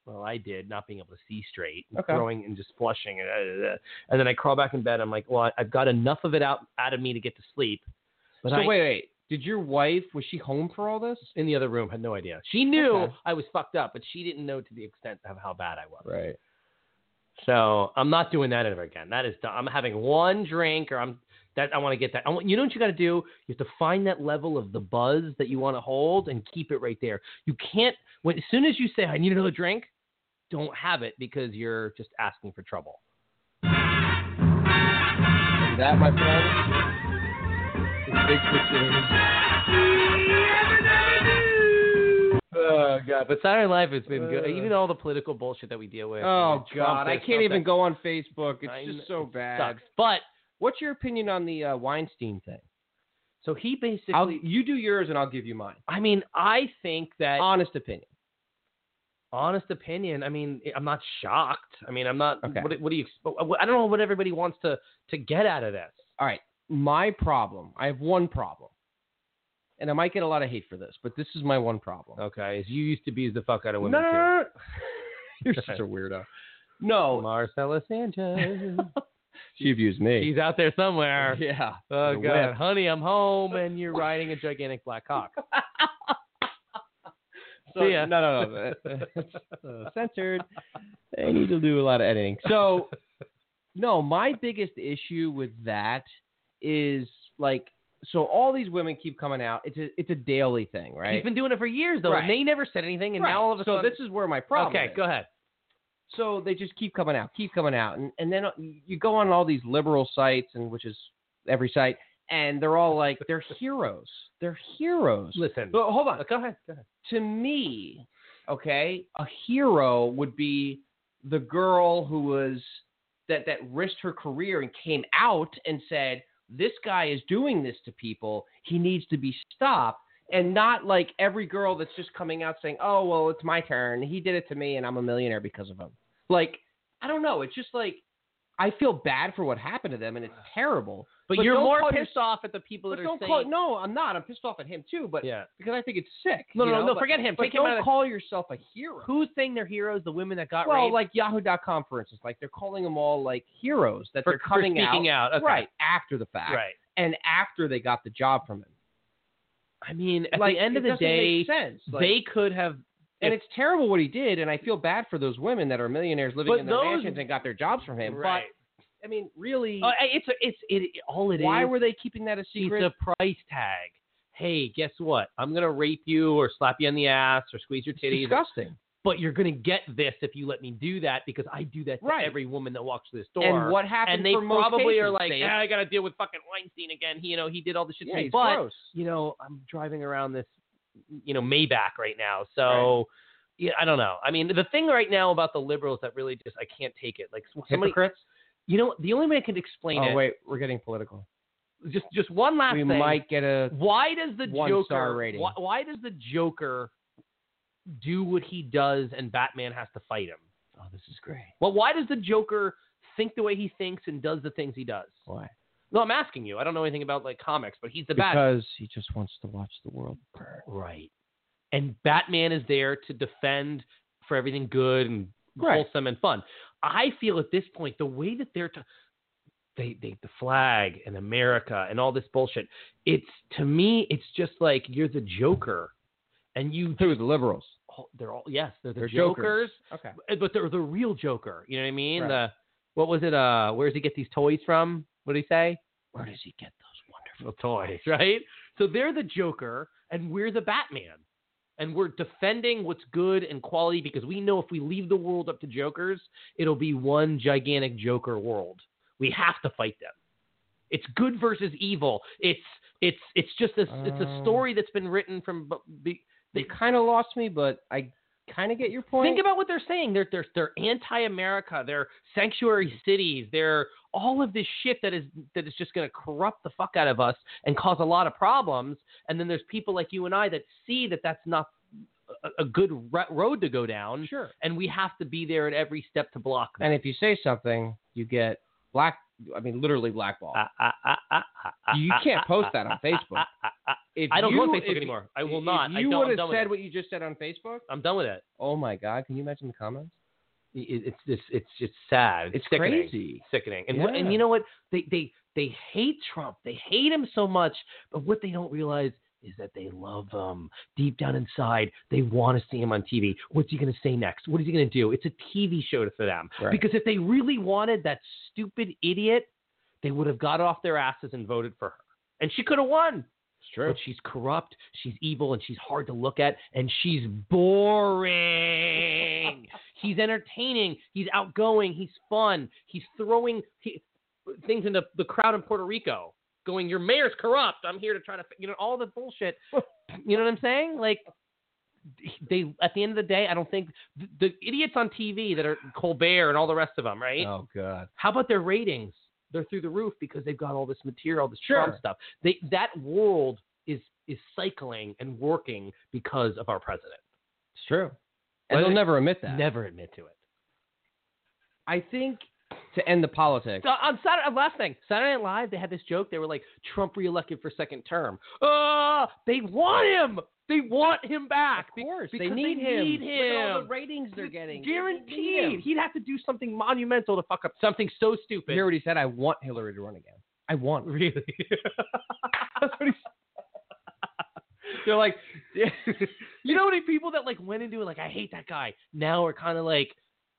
S6: well, I did, not being able to see straight, and
S5: Okay.
S6: throwing and just flushing. And, uh, uh, uh. and then I crawl back in bed. I'm like, well, I've got enough of it out, out of me to get to sleep. But
S5: so
S6: I,
S5: wait, wait. Did your wife was she home for all this?
S6: in the other room, had no idea. She knew
S5: Okay.
S6: I was fucked up, but she didn't know to the extent of how bad I was.
S5: Right.
S6: So I'm not doing that ever again. That is done. I'm having one drink, or I'm that I want to get that. I want, you know what you got to do? You have to find that level of the buzz that you want to hold and keep it right there. You can't when as soon as you say I need another drink, don't have it because you're just asking for trouble.
S5: That my friend. is Bigfoot City.
S6: Oh god! But Saturday Night Live has been good. Even all the political bullshit that we deal with.
S5: Oh
S6: and Trump
S5: God, I
S6: this,
S5: can't
S6: Trump
S5: even
S6: that,
S5: go on Facebook. It's
S6: I kn-
S5: just so
S6: it
S5: bad.
S6: Sucks. But
S5: What's your opinion on the uh, Weinstein thing?
S6: so he basically.
S5: I'll, you do yours and I'll give you mine.
S6: I mean, I think that
S5: Honest opinion.
S6: honest opinion. I mean, eh, I'm not shocked. I mean, I'm not.
S5: Okay.
S6: What, what do you? expo- I don't know what everybody wants to to get out of this.
S5: All right. My problem. I have one problem. And I might get a lot of hate for this, but this is my one problem.
S6: Okay, as you used to be the fuck out of
S5: No,
S6: women
S5: no,
S6: too.
S5: no, no. You're such a weirdo. No,
S6: Marcella Sanchez.
S5: she abused me.
S6: She's out there somewhere.
S5: Yeah.
S6: Oh
S5: the
S6: god,
S5: whip.
S6: honey, I'm home, and you're riding a gigantic black hawk.
S5: So,
S6: See ya.
S5: No, no, no. Uh, Censored. They need to do a lot of editing. So, no, my biggest issue with that is like, so all these women keep coming out. It's a, it's a daily thing, right?
S6: He's been doing it for years though,
S5: Right.
S6: and they never said anything, and
S5: Right.
S6: now all of a
S5: so
S6: sudden.
S5: this is where my problem.
S6: okay,
S5: is.
S6: go ahead.
S5: so they just keep coming out, keep coming out, and and then uh, you go on all these liberal sites, and which is every site, and they're all like they're heroes, they're heroes.
S6: Listen.
S5: but hold on.
S6: Go ahead. Go ahead.
S5: To me, okay, a hero would be the girl who was that that risked her career and came out and said, "This guy is doing this to people. He needs to be stopped." And not like every girl that's just coming out saying, "Oh, well, it's my turn. He did it to me, and I'm a millionaire because of him." Like, I don't know. It's just like I feel bad for what happened to them, and it's terrible.
S6: But, you're
S5: don't
S6: more
S5: call your-
S6: pissed off at the people that
S5: but
S6: are
S5: don't
S6: saying.
S5: call. No, I'm not. I'm pissed off at him too, but
S6: Yeah.
S5: because I think it's sick.
S6: No,
S5: you
S6: no,
S5: know,
S6: no.
S5: but-
S6: forget him.
S5: But
S6: Take him
S5: don't
S6: out of
S5: call yourself a hero.
S6: Who's saying they're heroes? The women that got
S5: well,
S6: raped.
S5: like Yahoo.com, for instance, like they're calling them all like heroes that
S6: for,
S5: they're coming
S6: for speaking out. Okay.
S5: right after the fact,
S6: Right.
S5: and after they got the job from him.
S6: I mean, at
S5: like
S6: the end
S5: it
S6: of the
S5: doesn't
S6: day,
S5: make sense. Like,
S6: they could have.
S5: and it's terrible what he did, and I feel bad for those women that are millionaires living
S6: But
S5: in their
S6: those-
S5: mansions and got their jobs from him.
S6: right.
S5: But I mean, really,
S6: Oh, it's a- it's it. All it is.
S5: why were they keeping that a secret?
S6: It's a price tag. Hey, guess what? I'm gonna rape you or slap you on the ass or squeeze your titties.
S5: disgusting.
S6: But you're gonna get this if you let me do that because I do that to
S5: Right.
S6: every woman that walks through this door.
S5: And what happened?
S6: and they
S5: for most
S6: probably are
S5: cases,
S6: like, "Ah,
S5: Dave?
S6: yeah, I gotta deal with fucking Weinstein again. He, you know, he did all this shit
S5: yeah,
S6: to me.
S5: he's
S6: But
S5: gross.
S6: you know, I'm driving around this, you know, Maybach right now. So, yeah, I don't know. I mean, the thing right now about the liberals that really just I can't take it. Like somebody,
S5: Hypocrites.
S6: you know, the only way I can explain
S5: Oh
S6: it.
S5: wait, we're getting political.
S6: Just just one last
S5: We
S6: thing.
S5: might get a
S6: why does the
S5: one
S6: Joker?
S5: star rating.
S6: Why, why does the Joker do what he does and Batman has to fight him?
S5: Oh, this is great.
S6: Well, why does the Joker think the way he thinks and does the things he does?
S5: Why?
S6: No, I'm asking you. I don't know anything about like comics, but he's the Batman.
S5: Because he just wants to watch the world burn.
S6: Right. And Batman is there to defend for everything good and
S5: Right.
S6: wholesome and fun. I feel at this point the way that they're to, they they the flag and America and all this bullshit. It's to me, it's just like you're the Joker, and you
S5: Who the liberals?
S6: they're all yes they're the
S5: They're
S6: jokers, Eh,
S5: jokers. Okay.
S6: but they're the real Joker. You know what I mean?
S5: Right.
S6: The what was it? Uh, where does he get these toys from? What did he say?
S5: Where does he get those wonderful?
S6: Well, toys, right? So they're the Joker, and we're the Batman, and we're defending what's good and quality because we know if we leave the world up to Jokers, it'll be one gigantic Joker world. We have to fight them. It's good versus evil. It's it's it's just this. It's a
S5: Oh.
S6: story that's been written from. bu- Be,
S5: They kind of lost me, but I kind of get your point.
S6: think about what they're saying. They're they're they're anti-America. They're sanctuary cities. They're all of this shit that is that is just going to corrupt the fuck out of us and cause a lot of problems. And then there's people like you and I that see that that's not a, a good ro- road to go down.
S5: sure.
S6: And we have to be there at every step to block them.
S5: And if you say something, you get black. I mean, literally blackball.
S6: Ah, ah, ah, ah, ah, ah,
S5: you
S6: ah,
S5: can't
S6: ah,
S5: post
S6: ah,
S5: that on
S6: ah,
S5: Facebook.
S6: ah, ah, ah.
S5: If
S6: I don't
S5: you,
S6: go on Facebook
S5: if-
S6: anymore. I will
S5: if
S6: not. I
S5: you
S6: don't, I'm
S5: would
S6: done
S5: have
S6: with
S5: said
S6: it.
S5: what you just said on Facebook,
S6: I'm done with it.
S5: oh my God, can you imagine the comments?
S6: It- It's it's it's it's sad. It's,
S5: It's
S6: sickening.
S5: crazy.
S6: sickening. And what, and
S5: Yeah.
S6: you know what? They they they hate Trump. They hate him so much, but what they don't realize is that they love him deep down inside. They want to see him on TV. What's he going to say next? What is he going to do? It's a TV show for them.
S5: Right.
S6: Because if they really wanted that stupid idiot, they would have got off their asses and voted for her. And she could have won.
S5: It's
S6: But she's corrupt, she's evil, and she's hard to look at, and she's boring. he's entertaining, he's outgoing, he's fun, he's throwing he, things into the crowd in Puerto Rico, going, "Your mayor's corrupt. I'm here to try to," fi-" you know, all the bullshit. you know what I'm saying? Like they at the end of the day, I don't think the, the idiots on TV that are Colbert and all the rest of them, right?
S5: Oh God.
S6: How about their ratings? They're through the roof because they've got all this material, this
S5: Sure.
S6: Trump stuff. They, that world is is cycling and working because of our president.
S5: It's true.
S6: But
S5: And they'll
S6: it-
S5: never admit that.
S6: Never admit to it.
S5: I think to end the politics.
S6: So on Saturday, uh, last thing, Saturday Night Live, they had this joke. They were like, "Trump reelected for second term." Uh, they want him. They want him back.
S5: Of course,
S6: because
S5: they need him.
S6: Need
S5: Look at all
S6: him.
S5: the ratings they're getting. They need
S6: Guaranteed.
S5: him.
S6: He'd have to do something monumental to fuck up something so stupid.
S5: He already said, "I want Hillary to run again. I want." her."
S6: Really? That's what he
S5: They're like,
S6: you know how many people that like went into it like I hate that guy now are kind of like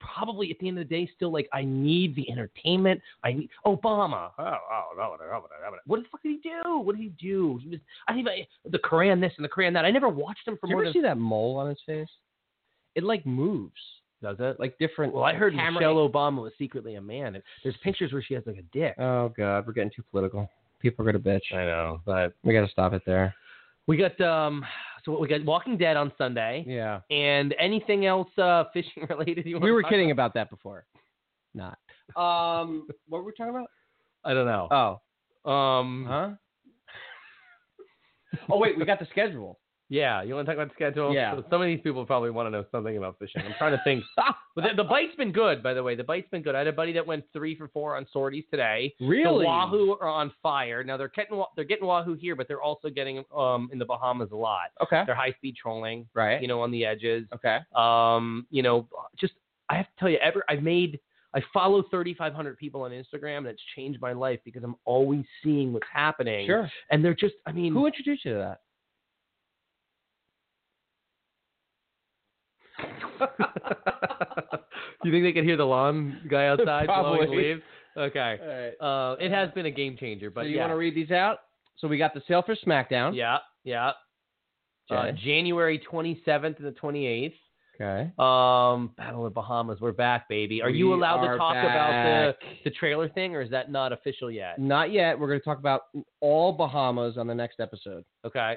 S6: probably at the end of the day still like I need the entertainment I need Obama oh oh no no no no no what the fuck did he do what did he do he was I didn't even the Koran this and the Koran that I never watched him for
S5: "Did you
S6: more
S5: ever
S6: than
S5: see that mole on his face? It like moves.
S6: does it?
S5: Like different.
S6: Well, I heard
S5: camera
S6: Michelle Obama was secretly a man. And there's pictures where she has like a dick.
S5: Oh God, we're getting too political. People are gonna bitch.
S6: I know, but
S5: We gotta stop it there.
S6: we got um. So what we got Walking Dead on Sunday,
S5: Yeah,
S6: and anything else uh, fishing related? You wanna
S5: we were
S6: talk
S5: kidding about that before. Not.
S6: about? Um, what were we talking about? I don't know.
S5: Oh,
S6: um,
S5: huh? oh wait, we got the schedule.
S6: yeah. You want to talk about the schedule?
S5: Yeah.
S6: So some of these people probably want to know something about fishing. I'm trying to think. but the, the bite's been good, by the way. The bite's been good. I had a buddy that went three for four on sorties today.
S5: Really?
S6: The Wahoo are on fire now. They're getting wa- they're getting Wahoo here, but they're also getting 'em, um in the Bahamas a lot.
S5: Okay.
S6: They're high speed trolling,
S5: Right.
S6: you know, on the edges.
S5: Okay.
S6: Um, you know, just I have to tell you, ever I've made I follow 3,500 people on Instagram, and it's changed my life because I'm always seeing what's happening.
S5: Sure.
S6: And they're just, I mean,
S5: Who introduced you to that?
S6: you think they could hear the lawn guy outside blowing
S5: Probably.
S6: leaves? Okay.
S5: All right.
S6: Uh, it has been a game changer, but
S5: so you
S6: yeah.
S5: want to read these out? So we got the Sailfish SmackDown.
S6: yeah, yeah. Uh,
S5: Okay.
S6: January 27th and the 28th.
S5: Okay.
S6: Um, Battle of the Bahamas, we're back, baby. Are
S5: We
S6: you allowed
S5: are
S6: to talk about
S5: back.
S6: the, the trailer thing, or is that not official yet?
S5: Not yet. We're going to talk about all Bahamas on the next episode
S6: Okay.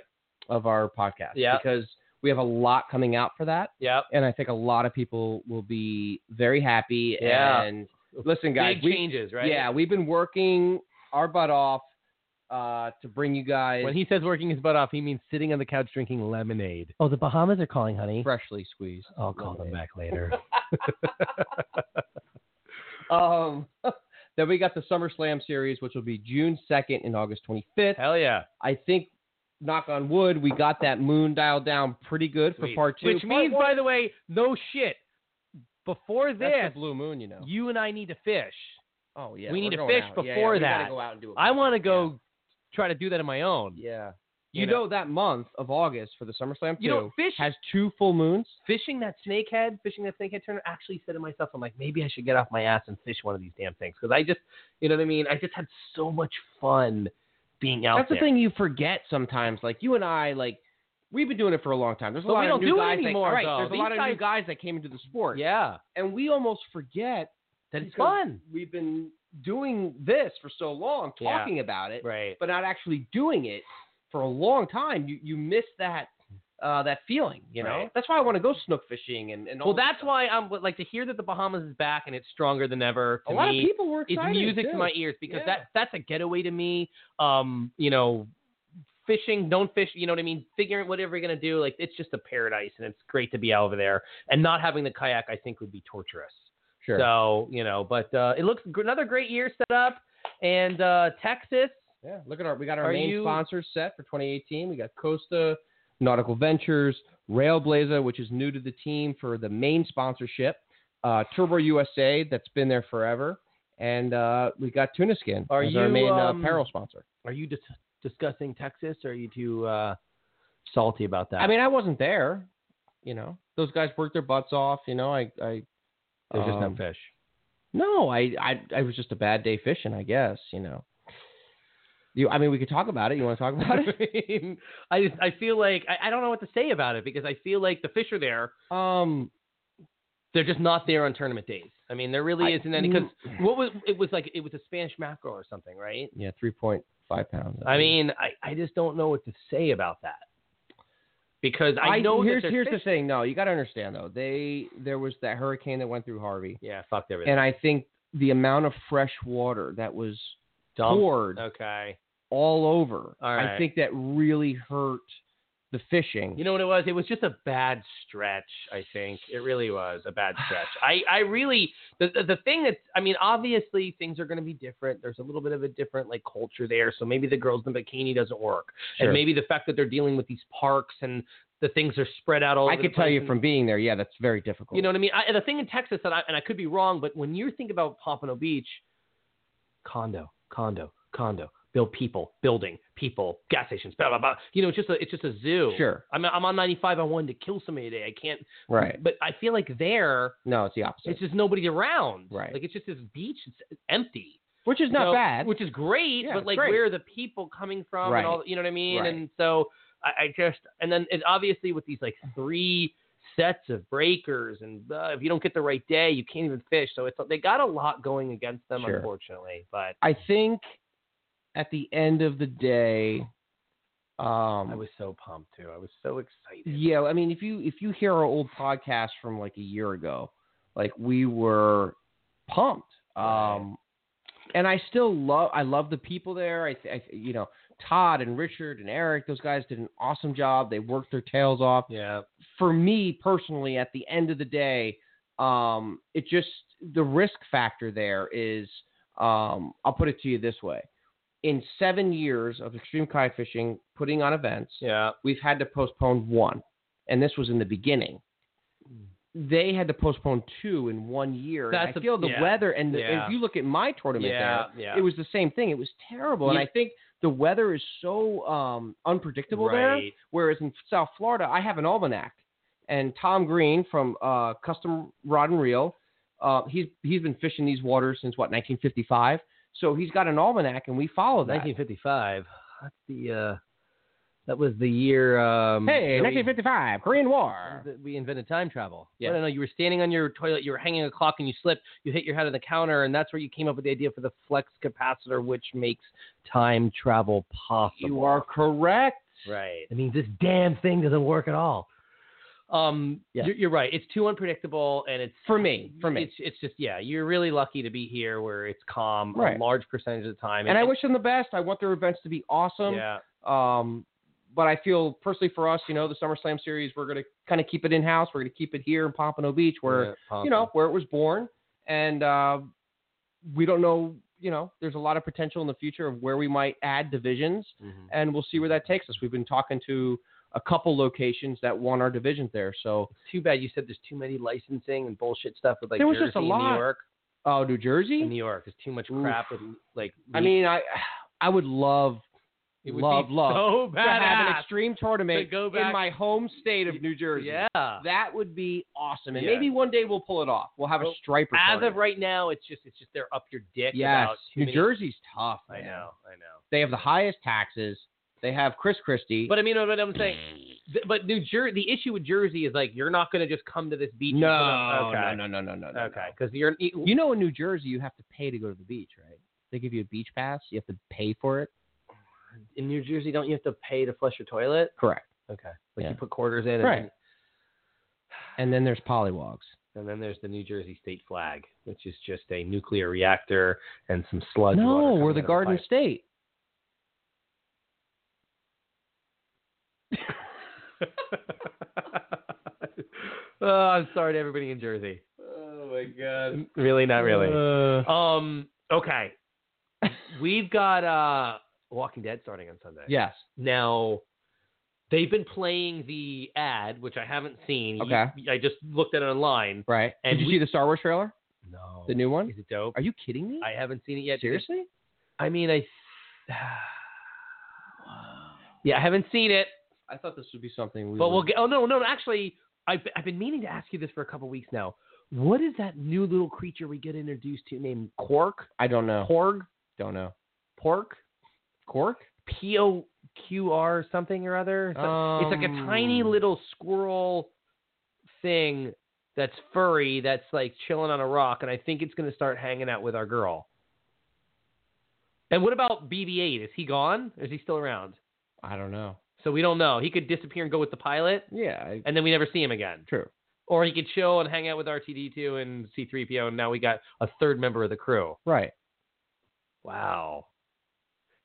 S5: of our podcast.
S6: Yeah.
S5: Because we have a lot coming out for that.
S6: Yep.
S5: And I think a lot of people will be very happy.
S6: Yeah.
S5: And listen, guys,
S6: Big
S5: we,
S6: changes, right?
S5: yeah, we've been working our butt off uh, to bring you guys
S6: When he says working his butt off, he means sitting on the couch drinking lemonade. Oh, the Bahamas are calling, honey.
S5: freshly squeezed.
S6: I'll call them back later.
S5: Um, then we got the SummerSlam series, which will be June 2nd and August 25th.
S6: Hell yeah.
S5: I think, knock on wood, we got that moon dialed down pretty good for
S6: Sweet.
S5: part two.
S6: Which
S5: Part
S6: means,
S5: one-
S6: by the way, no shit. Before
S5: that's
S6: this,
S5: the blue moon, you know.
S6: you and I need to fish.
S5: oh yeah,
S6: we
S5: we're
S6: need to
S5: going
S6: fish
S5: out. Yeah, yeah,
S6: before
S5: we gotta
S6: that.
S5: go out and do it.
S6: I want to go try to do that on my own.
S5: Yeah. Yeah.
S6: You
S5: You, know, that month of August for the SummerSlam
S6: You know,
S5: two
S6: fish
S5: has two full moons.
S6: fishing that snakehead, fishing that snakehead tournament, I actually said to myself, I'm like, maybe I should get off my ass and fish one of these damn things because I just, you know what I mean? I just had so much fun being out
S5: That's
S6: there.
S5: the thing you forget sometimes. Like you and I, like we've been doing it for a long time. There's a
S6: But
S5: lot
S6: we
S5: of
S6: don't
S5: new
S6: do it
S5: guys that-
S6: anymore,
S5: right,
S6: though.
S5: There's
S6: These
S5: a lot of new
S6: guys-
S5: guys that came into the sport.
S6: Yeah,
S5: and we almost forget
S6: that it's
S5: because
S6: fun.
S5: We've been doing this for so long,
S6: Yeah.
S5: talking about it,
S6: Right.
S5: but not actually doing it for a long time. You you miss that uh, that feeling, you know.
S6: Right.
S5: That's why I want to go snook fishing and, and all
S6: Well,
S5: that
S6: that's
S5: stuff.
S6: why I'm like to hear that the Bahamas is back and it's stronger than ever. To
S5: a lot
S6: me,
S5: of people were
S6: It's
S5: excited.
S6: music
S5: too.
S6: to my ears because
S5: Yeah.
S6: that that's a getaway to me. Um, you know, fishing, don't fish. You know what I mean? Figuring whatever you're gonna do, like it's just a paradise, and it's great to be over there. And not having the kayak, I think, would be torturous.
S5: Sure.
S6: So you know, but uh, it looks gr- another great year set up, and uh, Texas.
S5: Yeah, look at our we got our
S6: Are
S5: main
S6: you-
S5: sponsors set for 2018. We got Costa, Nautical Ventures, Railblazer, which is new to the team for the main sponsorship, uh, Turbo USA that's been there forever, and uh, we got Tuna Skin
S6: Are
S5: as our
S6: you,
S5: main
S6: um,
S5: uh, apparel sponsor.
S6: Are you dis- discussing Texas? or Are you too uh, salty about that?
S5: I mean, I wasn't there. You know, those guys worked their butts off. You know, I, I
S6: there's just no
S5: um,
S6: fish.
S5: No, I, I, I was just a bad day fishing, I guess. You know. You, I mean, we could talk about it. You want to talk about it?
S6: I mean, I just I feel like I, I don't know what to say about it because I feel like the fish are there.
S5: Um,
S6: They're just not there on tournament days. I Mm. mean, there really
S5: I-
S6: isn't any because what was it was like it was a Spanish mackerel or something, right?
S5: yeah, three point five pounds.
S6: I mean, I, I just don't know what to say about that because I, know
S5: here's
S6: that there's
S5: here's
S6: fish.
S5: the thing. No, you got to understand though. They there was that hurricane that went through Harvey,
S6: yeah fucked everything
S5: and I think the amount of fresh water that was
S6: Dump.
S5: poured
S6: Okay,
S5: all over,
S6: All
S5: I
S6: right.
S5: think that really hurt the fishing.
S6: you know what it was? It was just a bad stretch. I think it really was a bad stretch. I I really the the, the thing that I mean, obviously things are going to be different. There's a little bit of a different like culture there, so maybe the girls in the bikini doesn't work.
S5: Sure.
S6: and maybe the fact that they're dealing with these parks and the things are spread out all over
S5: I
S6: the
S5: could tell
S6: place
S5: you
S6: and-
S5: from being there. Yeah, that's very difficult.
S6: you know what i mean I, the thing in texas that i and i could be wrong but when you think about pompano beach condo condo condo build people building people gas stations blah blah blah you know it's just a it's just a zoo
S5: Sure.
S6: i'm, I'm on 95 i wanted to kill somebody today i can't
S5: right?
S6: but i feel like there
S5: No, it's the opposite.
S6: it's just nobody around
S5: Right.
S6: like it's just this beach it's empty
S5: which is not
S6: so-
S5: bad.
S6: which is great.
S5: Yeah,
S6: but
S5: it's
S6: like,
S5: great.
S6: where are the people coming from?
S5: Right.
S6: And all, you know what I mean?
S5: Right.
S6: And so I, I just, and then it, obviously with these like three sets of breakers, and uh, if you don't get the right day, you can't even fish. So it's they got a lot going against them,
S5: Sure.
S6: unfortunately. But
S5: I think at the end of the day, um,
S6: I was so pumped too. I was so excited.
S5: yeah. I mean, if you if you hear our old podcast from like a year ago, like we were pumped. Um, and I still love I love the people there. I, th- I you know Todd and Richard and Eric, those guys did an awesome job. They worked their tails off.
S6: Yeah.
S5: for me personally, at the end of the day, um, it just the risk factor there is. Um, I'll put it to you this way: in seven years of extreme kayak fishing, putting on events,
S6: Yeah.
S5: we've had to postpone one, and this was in the beginning. They had to postpone two in one year. and
S6: That's
S5: I
S6: a-
S5: feel the
S6: yeah.
S5: weather and the,
S6: Yeah.
S5: if you look at my tournament
S6: Yeah.
S5: there,
S6: Yeah.
S5: it was the same thing. It was terrible, and
S6: You-
S5: I think the weather is so um, unpredictable there.
S6: Right.
S5: Whereas in South Florida, I have an almanac, and Tom Green from uh, Custom Rod and Reel, uh, he's he's been fishing these waters since what 1955. So he's got an almanac, and we follow that.
S6: 1955. Oh, That's the uh, that was the year. Um,
S5: hey,
S6: that we-
S5: 1955, Korean War.
S6: that we invented time travel.
S5: Yeah.
S6: I don't know. You were standing on your toilet, you were hanging a clock, and you slipped. You hit your head on the counter, and that's where you came up with the idea for the flex capacitor, which makes time travel possible.
S5: You are correct.
S6: right. I mean, this damn thing doesn't work at all. Um, you're, you're right. It's too unpredictable, and it's
S5: For me, for me.
S6: It's, it's just yeah. You're really lucky to be here where it's calm
S5: Right.
S6: a large percentage of the time.
S5: And I wish them the best. I want their events to be awesome.
S6: yeah.
S5: Um, but I feel personally for us, you know, the SummerSlam series, we're going to kind of keep it in house. We're going to keep it here in Pompano Beach, where
S6: yeah,
S5: you know where it was born, and uh, we don't know. You know, there's a lot of potential in the future of where we might add divisions,
S6: Mhm.
S5: and we'll see where that takes us. We've been talking to a couple locations that want our divisions there. So,
S6: too bad you said there's too many licensing and bullshit stuff with like
S5: There was just a
S6: Jersey and
S5: lot.
S6: New York.
S5: oh, New
S6: in
S5: Jersey.
S6: New York. There's too much
S5: Oof.
S6: crap with like.
S5: I mean, I I would love
S6: it would
S5: love,
S6: be
S5: love
S6: So
S5: to have an
S6: badass.
S5: extreme tournament
S6: to go
S5: in
S6: back-
S5: my home state of New Jersey.
S6: Yeah.
S5: That would be awesome, and
S6: Yeah.
S5: maybe one day we'll pull it off. We'll have a
S6: Well,
S5: striper.
S6: As
S5: tournament.
S6: of right now, it's just it's just they're up your dick.
S5: yes,
S6: About too
S5: New
S6: many-
S5: Jersey's tough.
S6: I
S5: man.
S6: know. I know.
S5: They have the highest taxes. They have Chris Christie.
S6: But I mean, what I'm saying. th- But New Jersey, the issue with Jersey is like you're not going to just come to this beach. and put
S5: No,
S6: up- okay.
S5: no, no, no, no, no, no.
S6: Okay, because you're
S5: You know, in New Jersey, you have to pay to go to the beach, right? They give you a beach pass. You have to pay for it.
S6: in New Jersey, don't you have to pay to flush your toilet?
S5: Correct.
S6: Okay, like
S5: Yeah.
S6: you put quarters in, and,
S5: Right. And then there's polywogs.
S6: and then there's the New Jersey state flag, which is just a nuclear reactor and some sludge.
S5: no,
S6: water
S5: we're
S6: coming
S5: the
S6: out of
S5: Garden
S6: pipe.
S5: State.
S6: oh, I'm sorry to everybody in Jersey. Oh my god. Really, not really.
S5: Uh,
S6: um. Okay. We've got uh Walking Dead starting on Sunday.
S5: yes.
S6: Now, they've been playing the ad, which I haven't seen. You-
S5: Okay.
S6: I just looked at it online.
S5: Right.
S6: And
S5: Did you
S6: we-
S5: see the Star Wars trailer?
S6: No.
S5: The new one?
S6: Is it dope?
S5: Are you kidding me?
S6: I haven't seen it yet.
S5: Seriously?
S6: I mean, I. yeah, I haven't seen it.
S5: I thought this would be something we.
S6: But we'll
S5: would-
S6: get. Oh no, no, actually, I've I've been meaning to ask you this for a couple weeks now. What is that new little creature we get introduced to named Quark?
S5: I don't know.
S6: Porg?
S5: Don't know.
S6: Pork?
S5: Cork?
S6: P O Q R something or other. So- it's like a tiny
S5: Um,
S6: little squirrel thing that's furry that's like chilling on a rock, and I think it's gonna start hanging out with our girl. And what about BB-8? Is he gone? Or is he still around?
S5: I don't know.
S6: So we don't know. He could disappear and go with the pilot,
S5: Yeah. I,
S6: and then we never see him again.
S5: true.
S6: or he could chill and hang out with R2D2 and C3PO, and now we got a third member of the crew.
S5: Right.
S6: Wow.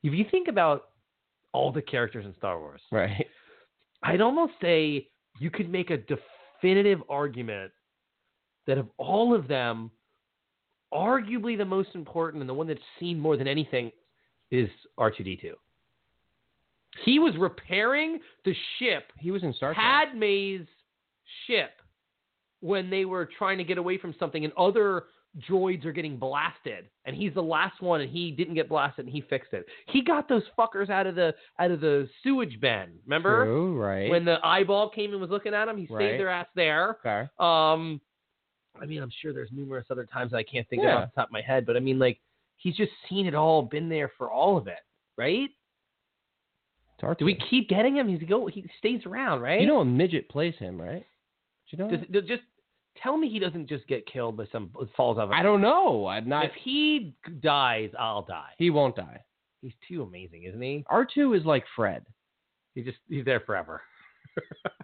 S6: If you think about all the characters in Star Wars,
S5: Right.
S6: I'd almost say you could make a definitive argument that of all of them, arguably the most important and the one that's seen more than anything is R2D2. He was repairing the ship
S5: He was in Star Trek.
S6: Padme's ship when they were trying to get away from something, and other droids are getting blasted, and he's the last one, and he didn't get blasted, and he fixed it. He got those fuckers out of the out of the sewage bin. Remember
S5: True. Right.
S6: when the eyeball came and was looking at him? He
S5: Right.
S6: saved their ass there.
S5: okay.
S6: Um, I mean, I'm sure there's numerous other times that I can't think
S5: Yeah.
S6: of off the top of my head, but I mean, like he's just seen it all, been there for all of it, right? Do we keep getting him? He's go. He stays around, right?
S5: You know, a midget plays him, right? you know?
S6: Just, just tell me he doesn't just get killed by some falls off. a-
S5: I don't know. I'm not.
S6: If he dies, I'll die.
S5: He won't die.
S6: He's too amazing, isn't he?
S5: R two is like Fred.
S6: He just he's there forever.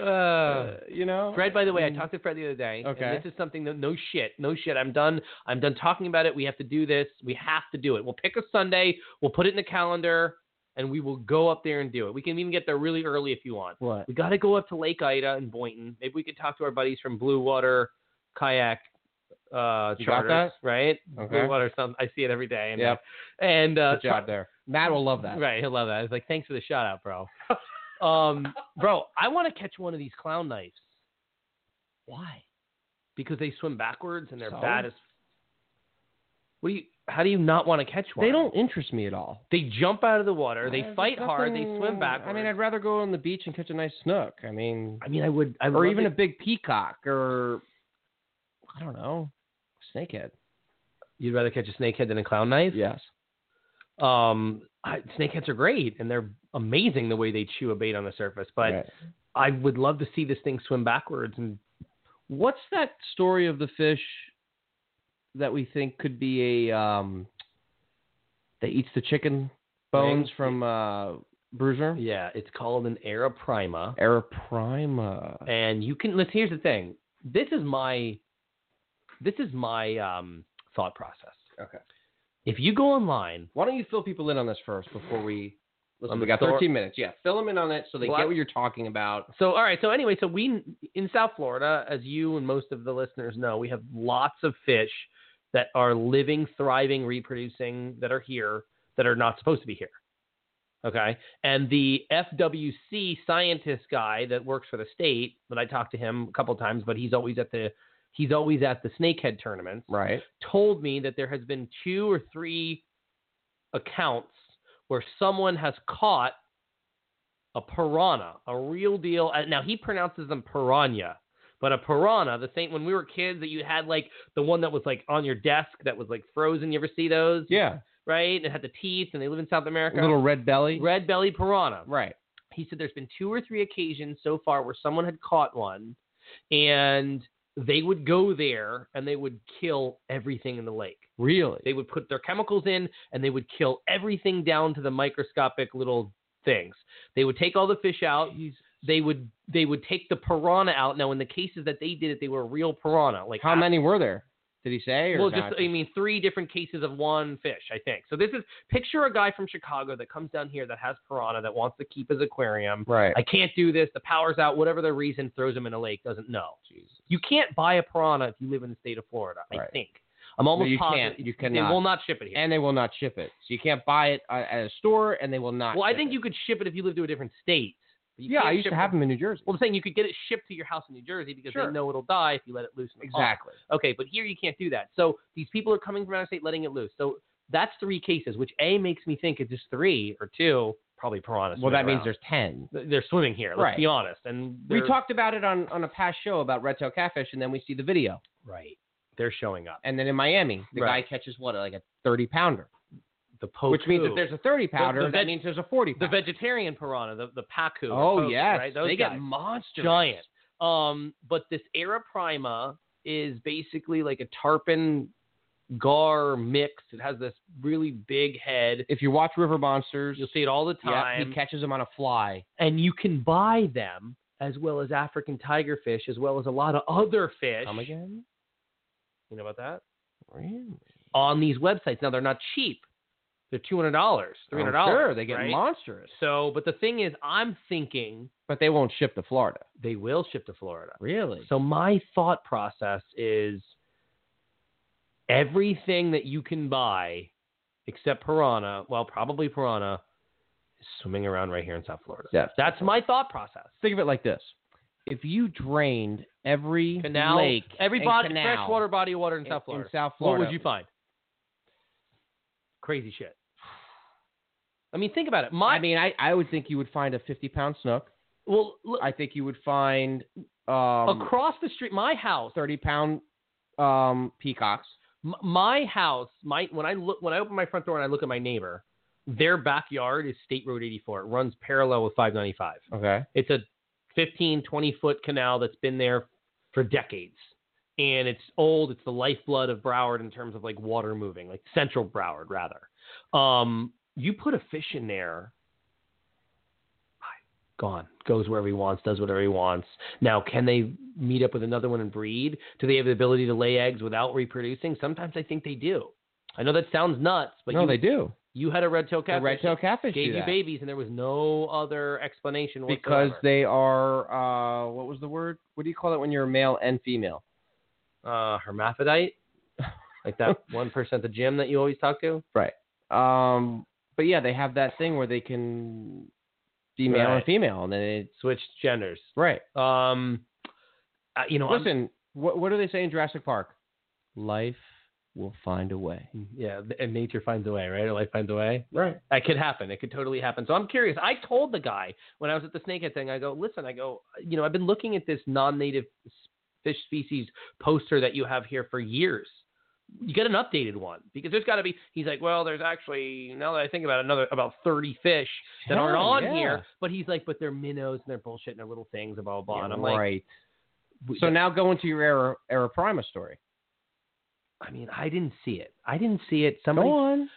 S5: Uh, you know. Mm,
S6: Fred, by the way, I talked to Fred the other day. and
S5: Hmm. Okay.
S6: this is something that no shit, no shit. I'm done. I'm done talking about it. We have to do this. We have to do it. We'll pick a Sunday. We'll put it in the calendar, and we will go up there and do it. We can even get there really early if you want.
S5: What?
S6: We got to go up to Lake Ida and Boynton. Maybe we could talk to our buddies from Blue Water Kayak uh,
S5: You got
S6: Charters,
S5: that?
S6: right?
S5: Okay.
S6: Blue Water. Some I see it every day. And,
S5: Yep.
S6: And uh,
S5: Good job there. Matt will love that.
S6: Right, he'll love that. I was like, thanks for the shout out, bro. um, bro, I want to catch one of these clown knives
S5: Why?
S6: because they swim backwards and they're
S5: So?
S6: bad as. What do you? How do you not want to catch one?
S5: They don't interest me at all.
S6: They jump out of the water. They
S5: There's
S6: fight hard. They
S5: nothing-
S6: swim backwards.
S5: I mean, I'd rather go on the beach and catch a nice snook. I mean,
S6: I mean, I would. I
S5: or
S6: love
S5: even
S6: it.
S5: a big peacock, or I don't know, snakehead.
S6: you'd rather catch a snakehead than a clown knife.
S5: Yes.
S6: Um, I, snakeheads are great and they're amazing the way they chew a bait on the surface. But
S5: Right.
S6: I would love to see this thing swim backwards and
S5: What's that story of the fish that we think could be a um that eats the chicken bones
S6: Ring?
S5: from uh Bruiser?
S6: yeah, it's called an Aeroprima.
S5: Araprima.
S6: and you can listen here's the thing this is my this is my um, thought process
S5: Okay.
S6: if you go online
S5: Why don't you fill people in on this first before we listen?
S6: On
S5: We
S6: the
S5: got
S6: thor-
S5: 13 minutes. Yeah, fill them in on it so they
S6: Well, I-
S5: get what you're talking about.
S6: so all right so anyway so we in south florida as you and most of the listeners know we have lots of fish that are living thriving reproducing that are here that are not supposed to be here okay and the fwc scientist guy that works for the state that i talked to him a couple times but he's always at the he's always at the snakehead tournaments
S5: Right.
S6: told me that there has been two or three accounts where someone has caught a piranha, a real deal. uh, Now he pronounces them piranha, but a piranha, the same when we were kids that you had like the one that was like on your desk that was like frozen. You ever see those?
S5: Yeah.
S6: Right? It had the teeth and they live in South America.
S5: Little red belly.
S6: red belly piranha
S5: Right.
S6: he said there's been two or three occasions so far where someone had caught one and they would go there and they would kill everything in the lake.
S5: Really?
S6: They would put their chemicals in and they would kill everything down to the microscopic little things. They would take all the fish out. They would they would take the piranha out. Now in the cases that they did it, they were real piranha. Like
S5: How many were there? Did he say? Or
S6: well,
S5: not?
S6: just I mean, three different cases of one fish, I think. So this is picture a guy from Chicago that comes down here that has piranha that wants to keep his aquarium.
S5: right.
S6: I can't do this. The power's out. Whatever the reason, throws him in a lake. Doesn't know. You can't buy a piranha if you live in the state of Florida. I
S5: Right.
S6: think. I'm almost
S5: you
S6: positive.
S5: can't. You
S6: They
S5: cannot.
S6: will not ship it here.
S5: and they will not ship it. So you can't buy it uh, at a store, and they will not.
S6: well, I
S5: ship
S6: think
S5: it.
S6: you could ship it if you lived to a different state. But you
S5: yeah,
S6: can't
S5: I used
S6: ship
S5: to have
S6: It.
S5: them in New Jersey.
S6: Well, I'm saying you could get it shipped to your house in New Jersey because
S5: Sure.
S6: they know it'll die if you let it loose. in the pond.
S5: exactly.
S6: Okay, but here you can't do that. So these people are coming from out of state, letting it loose. So that's three cases, which a makes me think it's just three or two, probably piranhas.
S5: Well, that means
S6: they're
S5: there's ten.
S6: they're swimming here. Let's
S5: Right.
S6: be honest. And
S5: We
S6: they're-
S5: talked about it on on a past show about red tail catfish, and then we see the video.
S6: right. They're showing up.
S5: And then in Miami, the
S6: Right.
S5: guy catches what like a thirty pounder,
S6: the poku,
S5: which means if there's a thirty pounder,
S6: The- the
S5: that
S6: veg-
S5: means there's a forty.
S6: the
S5: Pounder.
S6: vegetarian piranha, the the pacu. the
S5: oh
S6: poku,
S5: yes,
S6: right? Those
S5: they
S6: guys,
S5: get monsters.
S6: giant. Um, but this Era Prima is basically like a tarpon gar mix. It has this really big head.
S5: If you watch River Monsters,
S6: You'll see it all the
S5: yeah,
S6: time,
S5: he catches them on a fly.
S6: and you can buy them as well as African tiger fish, as well as a lot of other fish.
S5: Come again?
S6: You know about that?
S5: Really?
S6: On these websites now, they're not cheap. They're two hundred dollars, three hundred
S5: I'm
S6: dollars.
S5: Oh, Sure, they get
S6: right?
S5: monstrous,
S6: So, but the thing is, I'm thinking
S5: but they won't ship to Florida.
S6: they will ship to Florida.
S5: Really?
S6: So my thought process is everything that you can buy except piranha, well, probably piranha, is swimming around right here in South Florida.
S5: Yeah.
S6: That's my thought process.
S5: think of it like this: if you drained every
S6: Canal,
S5: lake,
S6: every
S5: and
S6: body,
S5: canal
S6: freshwater body of water in,
S5: in,
S6: South Florida.
S5: in South
S6: What
S5: Florida,
S6: would you find? Crazy shit. I mean, think about it. My,
S5: I mean, I, I would think you would find a fifty-pound snook.
S6: well, look,
S5: I think you would find um,
S6: across the street, my house,
S5: thirty-pound um, peacocks.
S6: M- my house, my when I look when I open my front door and I look at my neighbor, their backyard is State Road 84. It runs parallel with 595.
S5: Okay.
S6: It's a 15, 20 foot canal that's been there for decades. And it's old. It's the lifeblood of Broward in terms of like water moving, like central Broward rather. Um, you put a fish in there, gone, goes wherever he wants, does whatever he wants. Now, can they meet up with another one and breed? Do they have the ability to lay eggs without reproducing? Sometimes I think they do. I know that sounds nuts, but
S5: no,
S6: you,
S5: they do.
S6: you had a red-tailed
S5: The
S6: catfish.
S5: red-tailed catfish do
S6: gave you
S5: that.
S6: babies, and there was no other explanation
S5: because
S6: whatsoever.
S5: they are uh, what was the word? What do you call it when you're male and female?
S6: uh, hermaphrodite, like that one person at the gym that you always talk to.
S5: Um, but yeah, they have that thing where they can be male
S6: Right.
S5: and female, and then it's
S6: Switch genders.
S5: right.
S6: Um, uh, you know, I'm-
S5: Listen, what what do they say in Jurassic Park? Life will find a way.
S6: yeah, and nature finds a way, right? Or life finds a way, right? That could happen. It could totally happen. So I'm curious. I told the guy when I was at the snakehead thing. I go, listen. I go, you know, I've been looking at this non-native s- fish species poster that you have here for years. You get an updated one because there's got to be. He's like, well, there's actually now that I think about it, another about 30 fish that aren't
S5: Hell,
S6: on
S5: Oh, yeah.
S6: here. But he's like, but they're minnows and they're bullshit and they're little things and blah blah blah. and I'm like,
S5: right.
S6: we-
S5: so now go into your era era prima story.
S6: I mean, I didn't see it. I didn't see it. Somebody,
S5: go on.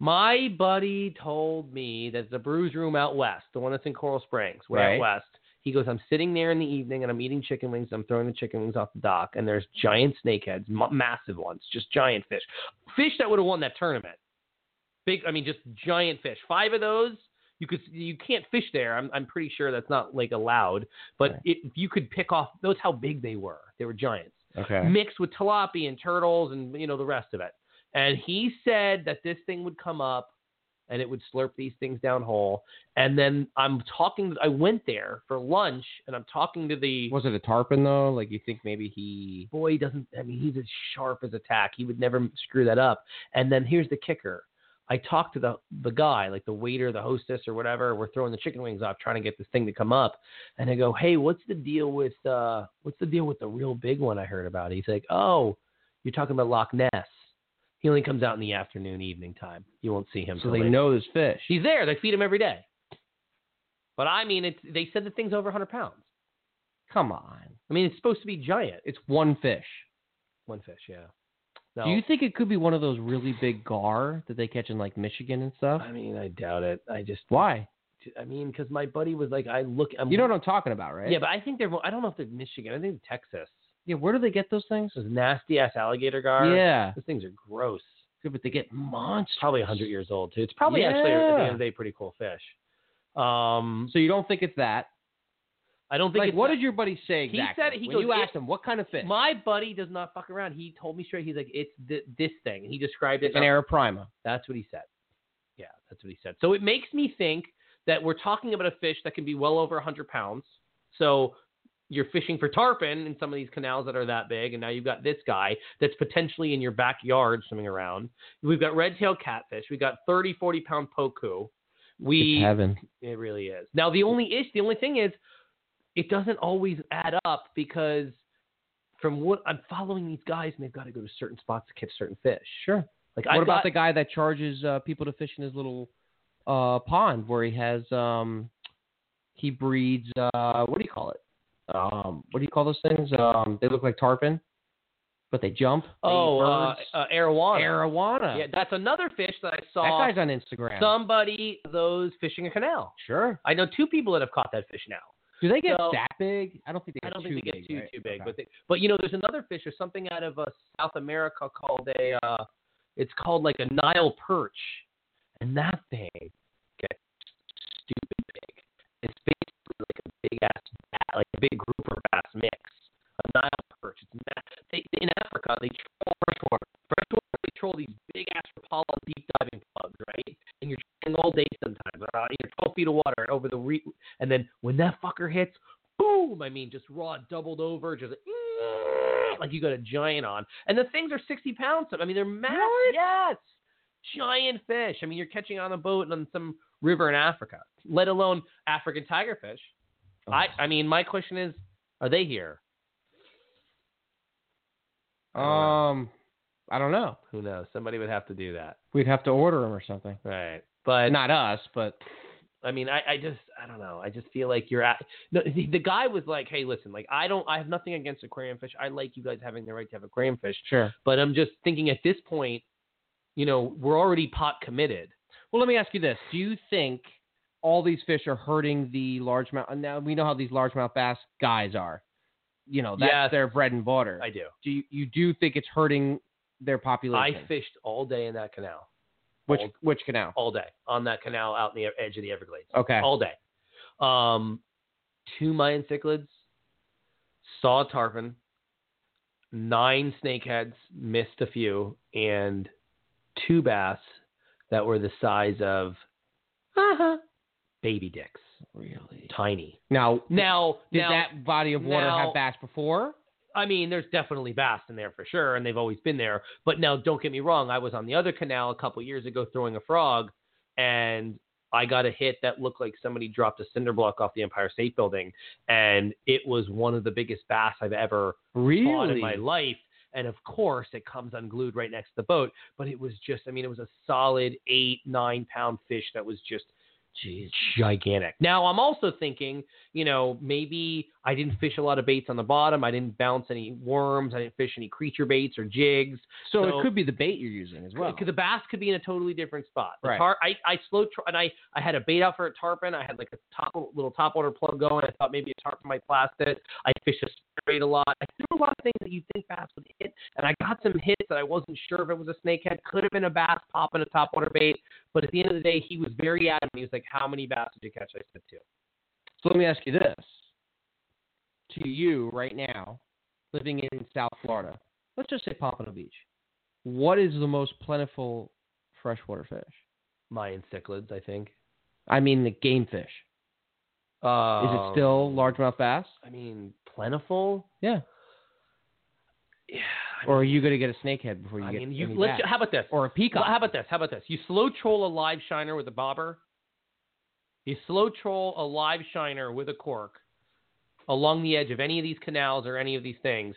S6: my buddy told me that the brews room out west, the one that's in Coral Springs, way
S5: Right.
S6: out west. He goes, I'm sitting there in the evening and I'm eating chicken wings. I'm throwing the chicken wings off the dock, and there's giant snakeheads, m- massive ones, just giant fish, fish that would have won that tournament. Big, I mean, just giant fish. Five of those. You could you can't fish there. I'm I'm pretty sure that's not like allowed. But
S5: Right.
S6: if you could pick off those, how big they were. They were giants
S5: Okay.
S6: mixed with tilapia and turtles and you know the rest of it. And he said that this thing would come up and it would slurp these things down whole. And then I'm talking. I went there for lunch and I'm talking to the
S5: Was it a tarpon though? Like you think maybe he?
S6: boy. He doesn't. I mean, he's as sharp as a tack. He would never screw that up. And then here's the kicker. I talked to the the guy, like the waiter, the hostess, or whatever. We're throwing the chicken wings off, trying to get this thing to come up. And I go, "Hey, what's the deal with uh, what's the deal with the real big one I heard about?" He's like, "Oh, you're talking about Loch Ness. He only comes out in the afternoon, evening time. You won't see him."
S5: So
S6: till
S5: they
S6: later."
S5: know this fish.
S6: He's there. They feed him every day. But I mean, it's, they said the thing's over 100 pounds.
S5: Come on,
S6: I mean, it's supposed to be giant. It's
S5: it's one fish.
S6: one fish, yeah. No,
S5: Do you think it could be one of those really big gar that they catch in like Michigan and stuff?
S6: I mean, I doubt it. I just
S5: Why?
S6: I mean, because my buddy was like, I look. I'm,
S5: You know what I'm talking about, right?
S6: Um, Yeah, but I think they're. I don't know if they're Michigan. I think they're Texas.
S5: yeah. Where do they get those things?
S6: Those nasty ass alligator gar.
S5: Yeah.
S6: those things are gross.
S5: Good, but they get monsters.
S6: It's probably 100 years old too. It's probably actually at the end of the day pretty cool fish. Um,
S5: So you don't think it's that?
S6: I don't think.
S5: Like,
S6: it's
S5: what
S6: that-
S5: did your buddy say
S6: He
S5: exactly?
S6: said- he
S5: when
S6: goes,
S5: you
S6: "It-
S5: asked him what kind of fish?
S6: My buddy does not fuck around. He told me straight. He's like, it's th- this thing. And he described it.
S5: It's an era prima.
S6: That's what he said. Yeah, that's what he said. So it makes me think that we're talking about a fish that can be well over 100 pounds. So you're fishing for tarpon in some of these canals that are that big, and now you've got this guy that's potentially in your backyard swimming around. We've got red-tailed catfish. We've got 30, 40-pound poku. We
S5: It's heaven.
S6: it really is. Now the only ish, the only thing is, it doesn't always add up because from what I'm following these guys, and they've got to go to certain spots to catch certain fish.
S5: Sure.
S6: Like
S5: What
S6: I've
S5: about
S6: got-
S5: the guy that charges uh, people to fish in his little uh, pond where he has um, he breeds uh, what do you call it? Um, what do you call those things? Um, they look like tarpon, but they jump. They eat
S6: Oh, uh,
S5: birds.
S6: uh, arowana.
S5: arowana.
S6: Yeah, that's another fish that I
S5: that
S6: saw.
S5: guy's on Instagram.
S6: somebody those fishing a canal.
S5: sure.
S6: I know two people that have caught that fish now.
S5: Do they get
S6: So-
S5: that big? I don't think they
S6: I
S5: get
S6: don't
S5: too
S6: think they get
S5: big,
S6: too
S5: right?
S6: too big,
S5: Okay.
S6: but they, but you know, there's another fish or something out of uh, South America called a. Uh, it's called like a Nile perch, and that thing gets stupid big. It's basically like a big ass bat, like a big grouper bass mix. A Nile perch. It's ma- they, in Africa they troll freshwater. Freshwater they troll these big ass Rapala deep diving plugs, right? And you're trolling all day sometimes. Uh, you're 12 feet of water and over the re- and then when that fucker hits boom, I mean, just raw, doubled over, just like you got a giant on. And the things are 60 pounds. I mean, they're massive. Yes. Giant fish. I mean, you're catching on a boat and on some river in Africa, let alone African tigerfish. I, I mean, my question is, are they here?
S5: Um, I don't know.
S6: Who knows? Somebody would have to do that.
S5: We'd have to order them or something.
S6: Right. But
S5: Not us, Uh, but
S6: I mean, I, I just, I don't know. I just feel like you're at. No, the, the guy was like, "Hey, listen, like I don't, I have nothing against aquarium fish. I like you guys having the right to have aquarium fish,
S5: Sure.
S6: but I'm just thinking at this point, you know, we're already pot committed.
S5: Well, let me ask you this: Do you think all these fish are hurting the largemouth? and Now we know how these largemouth bass guys are. You know, that's
S6: Yes.
S5: their bread and butter.
S6: I do.
S5: do you, you do think it's hurting their population?
S6: I fished all day in that canal,
S5: which which canal?
S6: all day on that canal out in the edge of the Everglades,
S5: Okay.
S6: all day. Um, two Mayan cichlids, saw a tarpon, nine snakeheads, missed a few, and two bass that were the size of baby dicks,
S5: Really?
S6: tiny.
S5: Now,
S6: Now,
S5: did
S6: now,
S5: that body of water
S6: now-
S5: have bass before?
S6: I mean, there's definitely bass in there for sure, and they've always been there. But now, don't get me wrong, I was on the other canal a couple years ago throwing a frog, and I got a hit that looked like somebody dropped a cinder block off the Empire State Building, and it was one of the biggest bass I've ever caught in my life. And of course, it comes unglued right next to the boat. But it was just, I mean, it was a solid eight, nine pound fish that was just geez, gigantic. Now, I'm also thinking, you know, maybe I didn't fish a lot of baits on the bottom. I didn't bounce any worms. I didn't fish any creature baits or jigs.
S5: So,
S6: So-
S5: it could be the bait you're using as well.
S6: Because the bass could be in a totally different spot. The
S5: Right.
S6: tar- I, I slowed tr- and I, I had a bait out for a tarpon. I had like a top little top water plug going. I thought maybe a tarpon might blast it. I fished a straight a lot. I threw a lot of things that you think bass would hit, and I got some hits that I wasn't sure if it was a snakehead. Could have been a bass popping a top water bait. But at the end of the day, he was very adamant. He was like, "How many bass did you catch?" I said two.
S5: so let me ask you this: To you right now, living in South Florida, let's just say Pompano Beach, what is the most plentiful freshwater fish?
S6: Mayan cichlids, I think.
S5: I mean, the game fish.
S6: Uh,
S5: Is it still largemouth bass,
S6: I mean, plentiful.
S5: Yeah.
S6: Yeah. I
S5: or are you going to get a snakehead before you
S6: I
S5: get
S6: mean, you
S5: any
S6: let's.
S5: bass?
S6: How about this?
S5: or a peacock?
S6: How about this? How about this? You slow troll a live shiner with a bobber. You slow troll a live shiner with a cork along the edge of any of these canals or any of these things.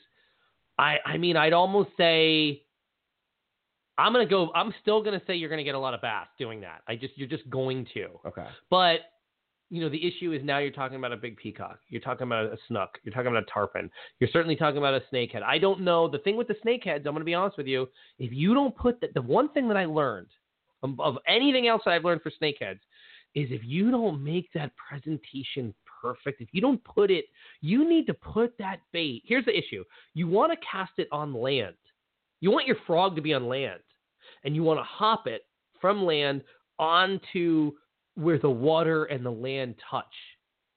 S6: I I mean, I'd almost say I'm gonna go. I'm still gonna say you're gonna get a lot of bass doing that. I just you're just going to.
S5: okay.
S6: But you know, the issue is now you're talking about a big peacock. You're talking about a snook. You're talking about a tarpon. You're certainly talking about a snakehead. I don't know. The thing with the snakeheads, I'm going to be honest with you. If you don't put that, the one thing that I learned um, of anything else that I've learned for snakeheads is if you don't make that presentation perfect, if you don't put it, you need to put that bait. Here's the issue you want to cast it on land. You want your frog to be on land, and you want to hop it from land onto where the water and the land touch.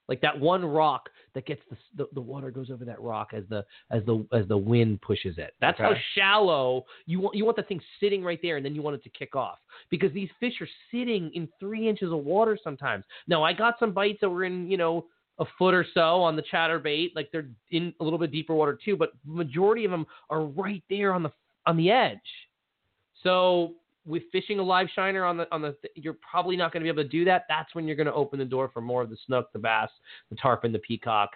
S6: Like that one rock that gets the, the the water goes over that rock as the as the as the wind pushes it. That's how
S5: Okay.
S6: shallow you want you want that thing sitting right there, and then you want it to kick off because these fish are sitting in three inches of water sometimes. Now I got some bites that were in you know a foot or so on the chatterbait, like they're in a little bit deeper water too, but majority of them are right there on the on the edge. So with fishing a live shiner on the on the you're probably not going to be able to do that. That's when you're going to open the door for more of the snook, the bass, the tarpon, the peacock,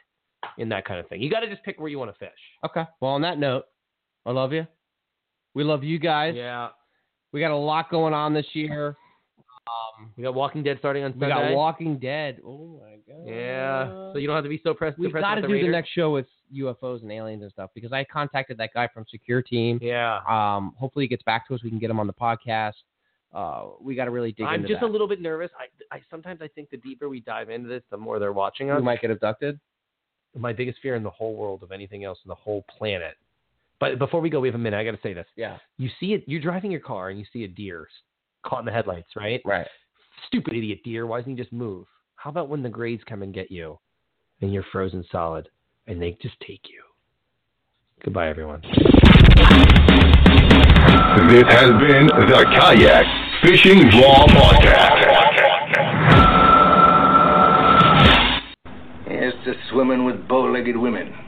S6: and that kind of thing. You got to just pick where you want to fish.
S5: Okay. Well, on that note, I love you. We love you guys.
S6: Yeah,
S5: We got a lot going on this year. Um,
S6: we got Walking Dead starting on
S5: we
S6: Sunday.
S5: got Walking Dead. Oh my god.
S6: yeah, so you don't have to be so pressed.
S5: We've
S6: depressed
S5: got to
S6: about
S5: do the
S6: Raiders.
S5: next show with UFOs and aliens and stuff because I contacted that guy from Secure Team.
S6: Yeah,
S5: Um, hopefully he gets back to us. We can get him on the podcast. Uh, we got to really dig
S6: I'm
S5: into
S6: just
S5: that.
S6: a little bit nervous. I, I sometimes I think the deeper we dive into this, the more they're watching us.
S5: We might get abducted.
S6: my biggest fear in the whole world of anything else in the whole planet. But before we go, we have a minute. I got to say this.
S5: Yeah.
S6: You see it. You're driving your car and you see a deer caught in the headlights, right?
S5: Right.
S6: Stupid idiot deer. Why doesn't he just move? How about when the grades come and get you, and you're frozen solid, and they just take you? Goodbye, everyone.
S3: This has been the Kayak Fishing Law Podcast.
S8: Here's to swimming with bow legged women.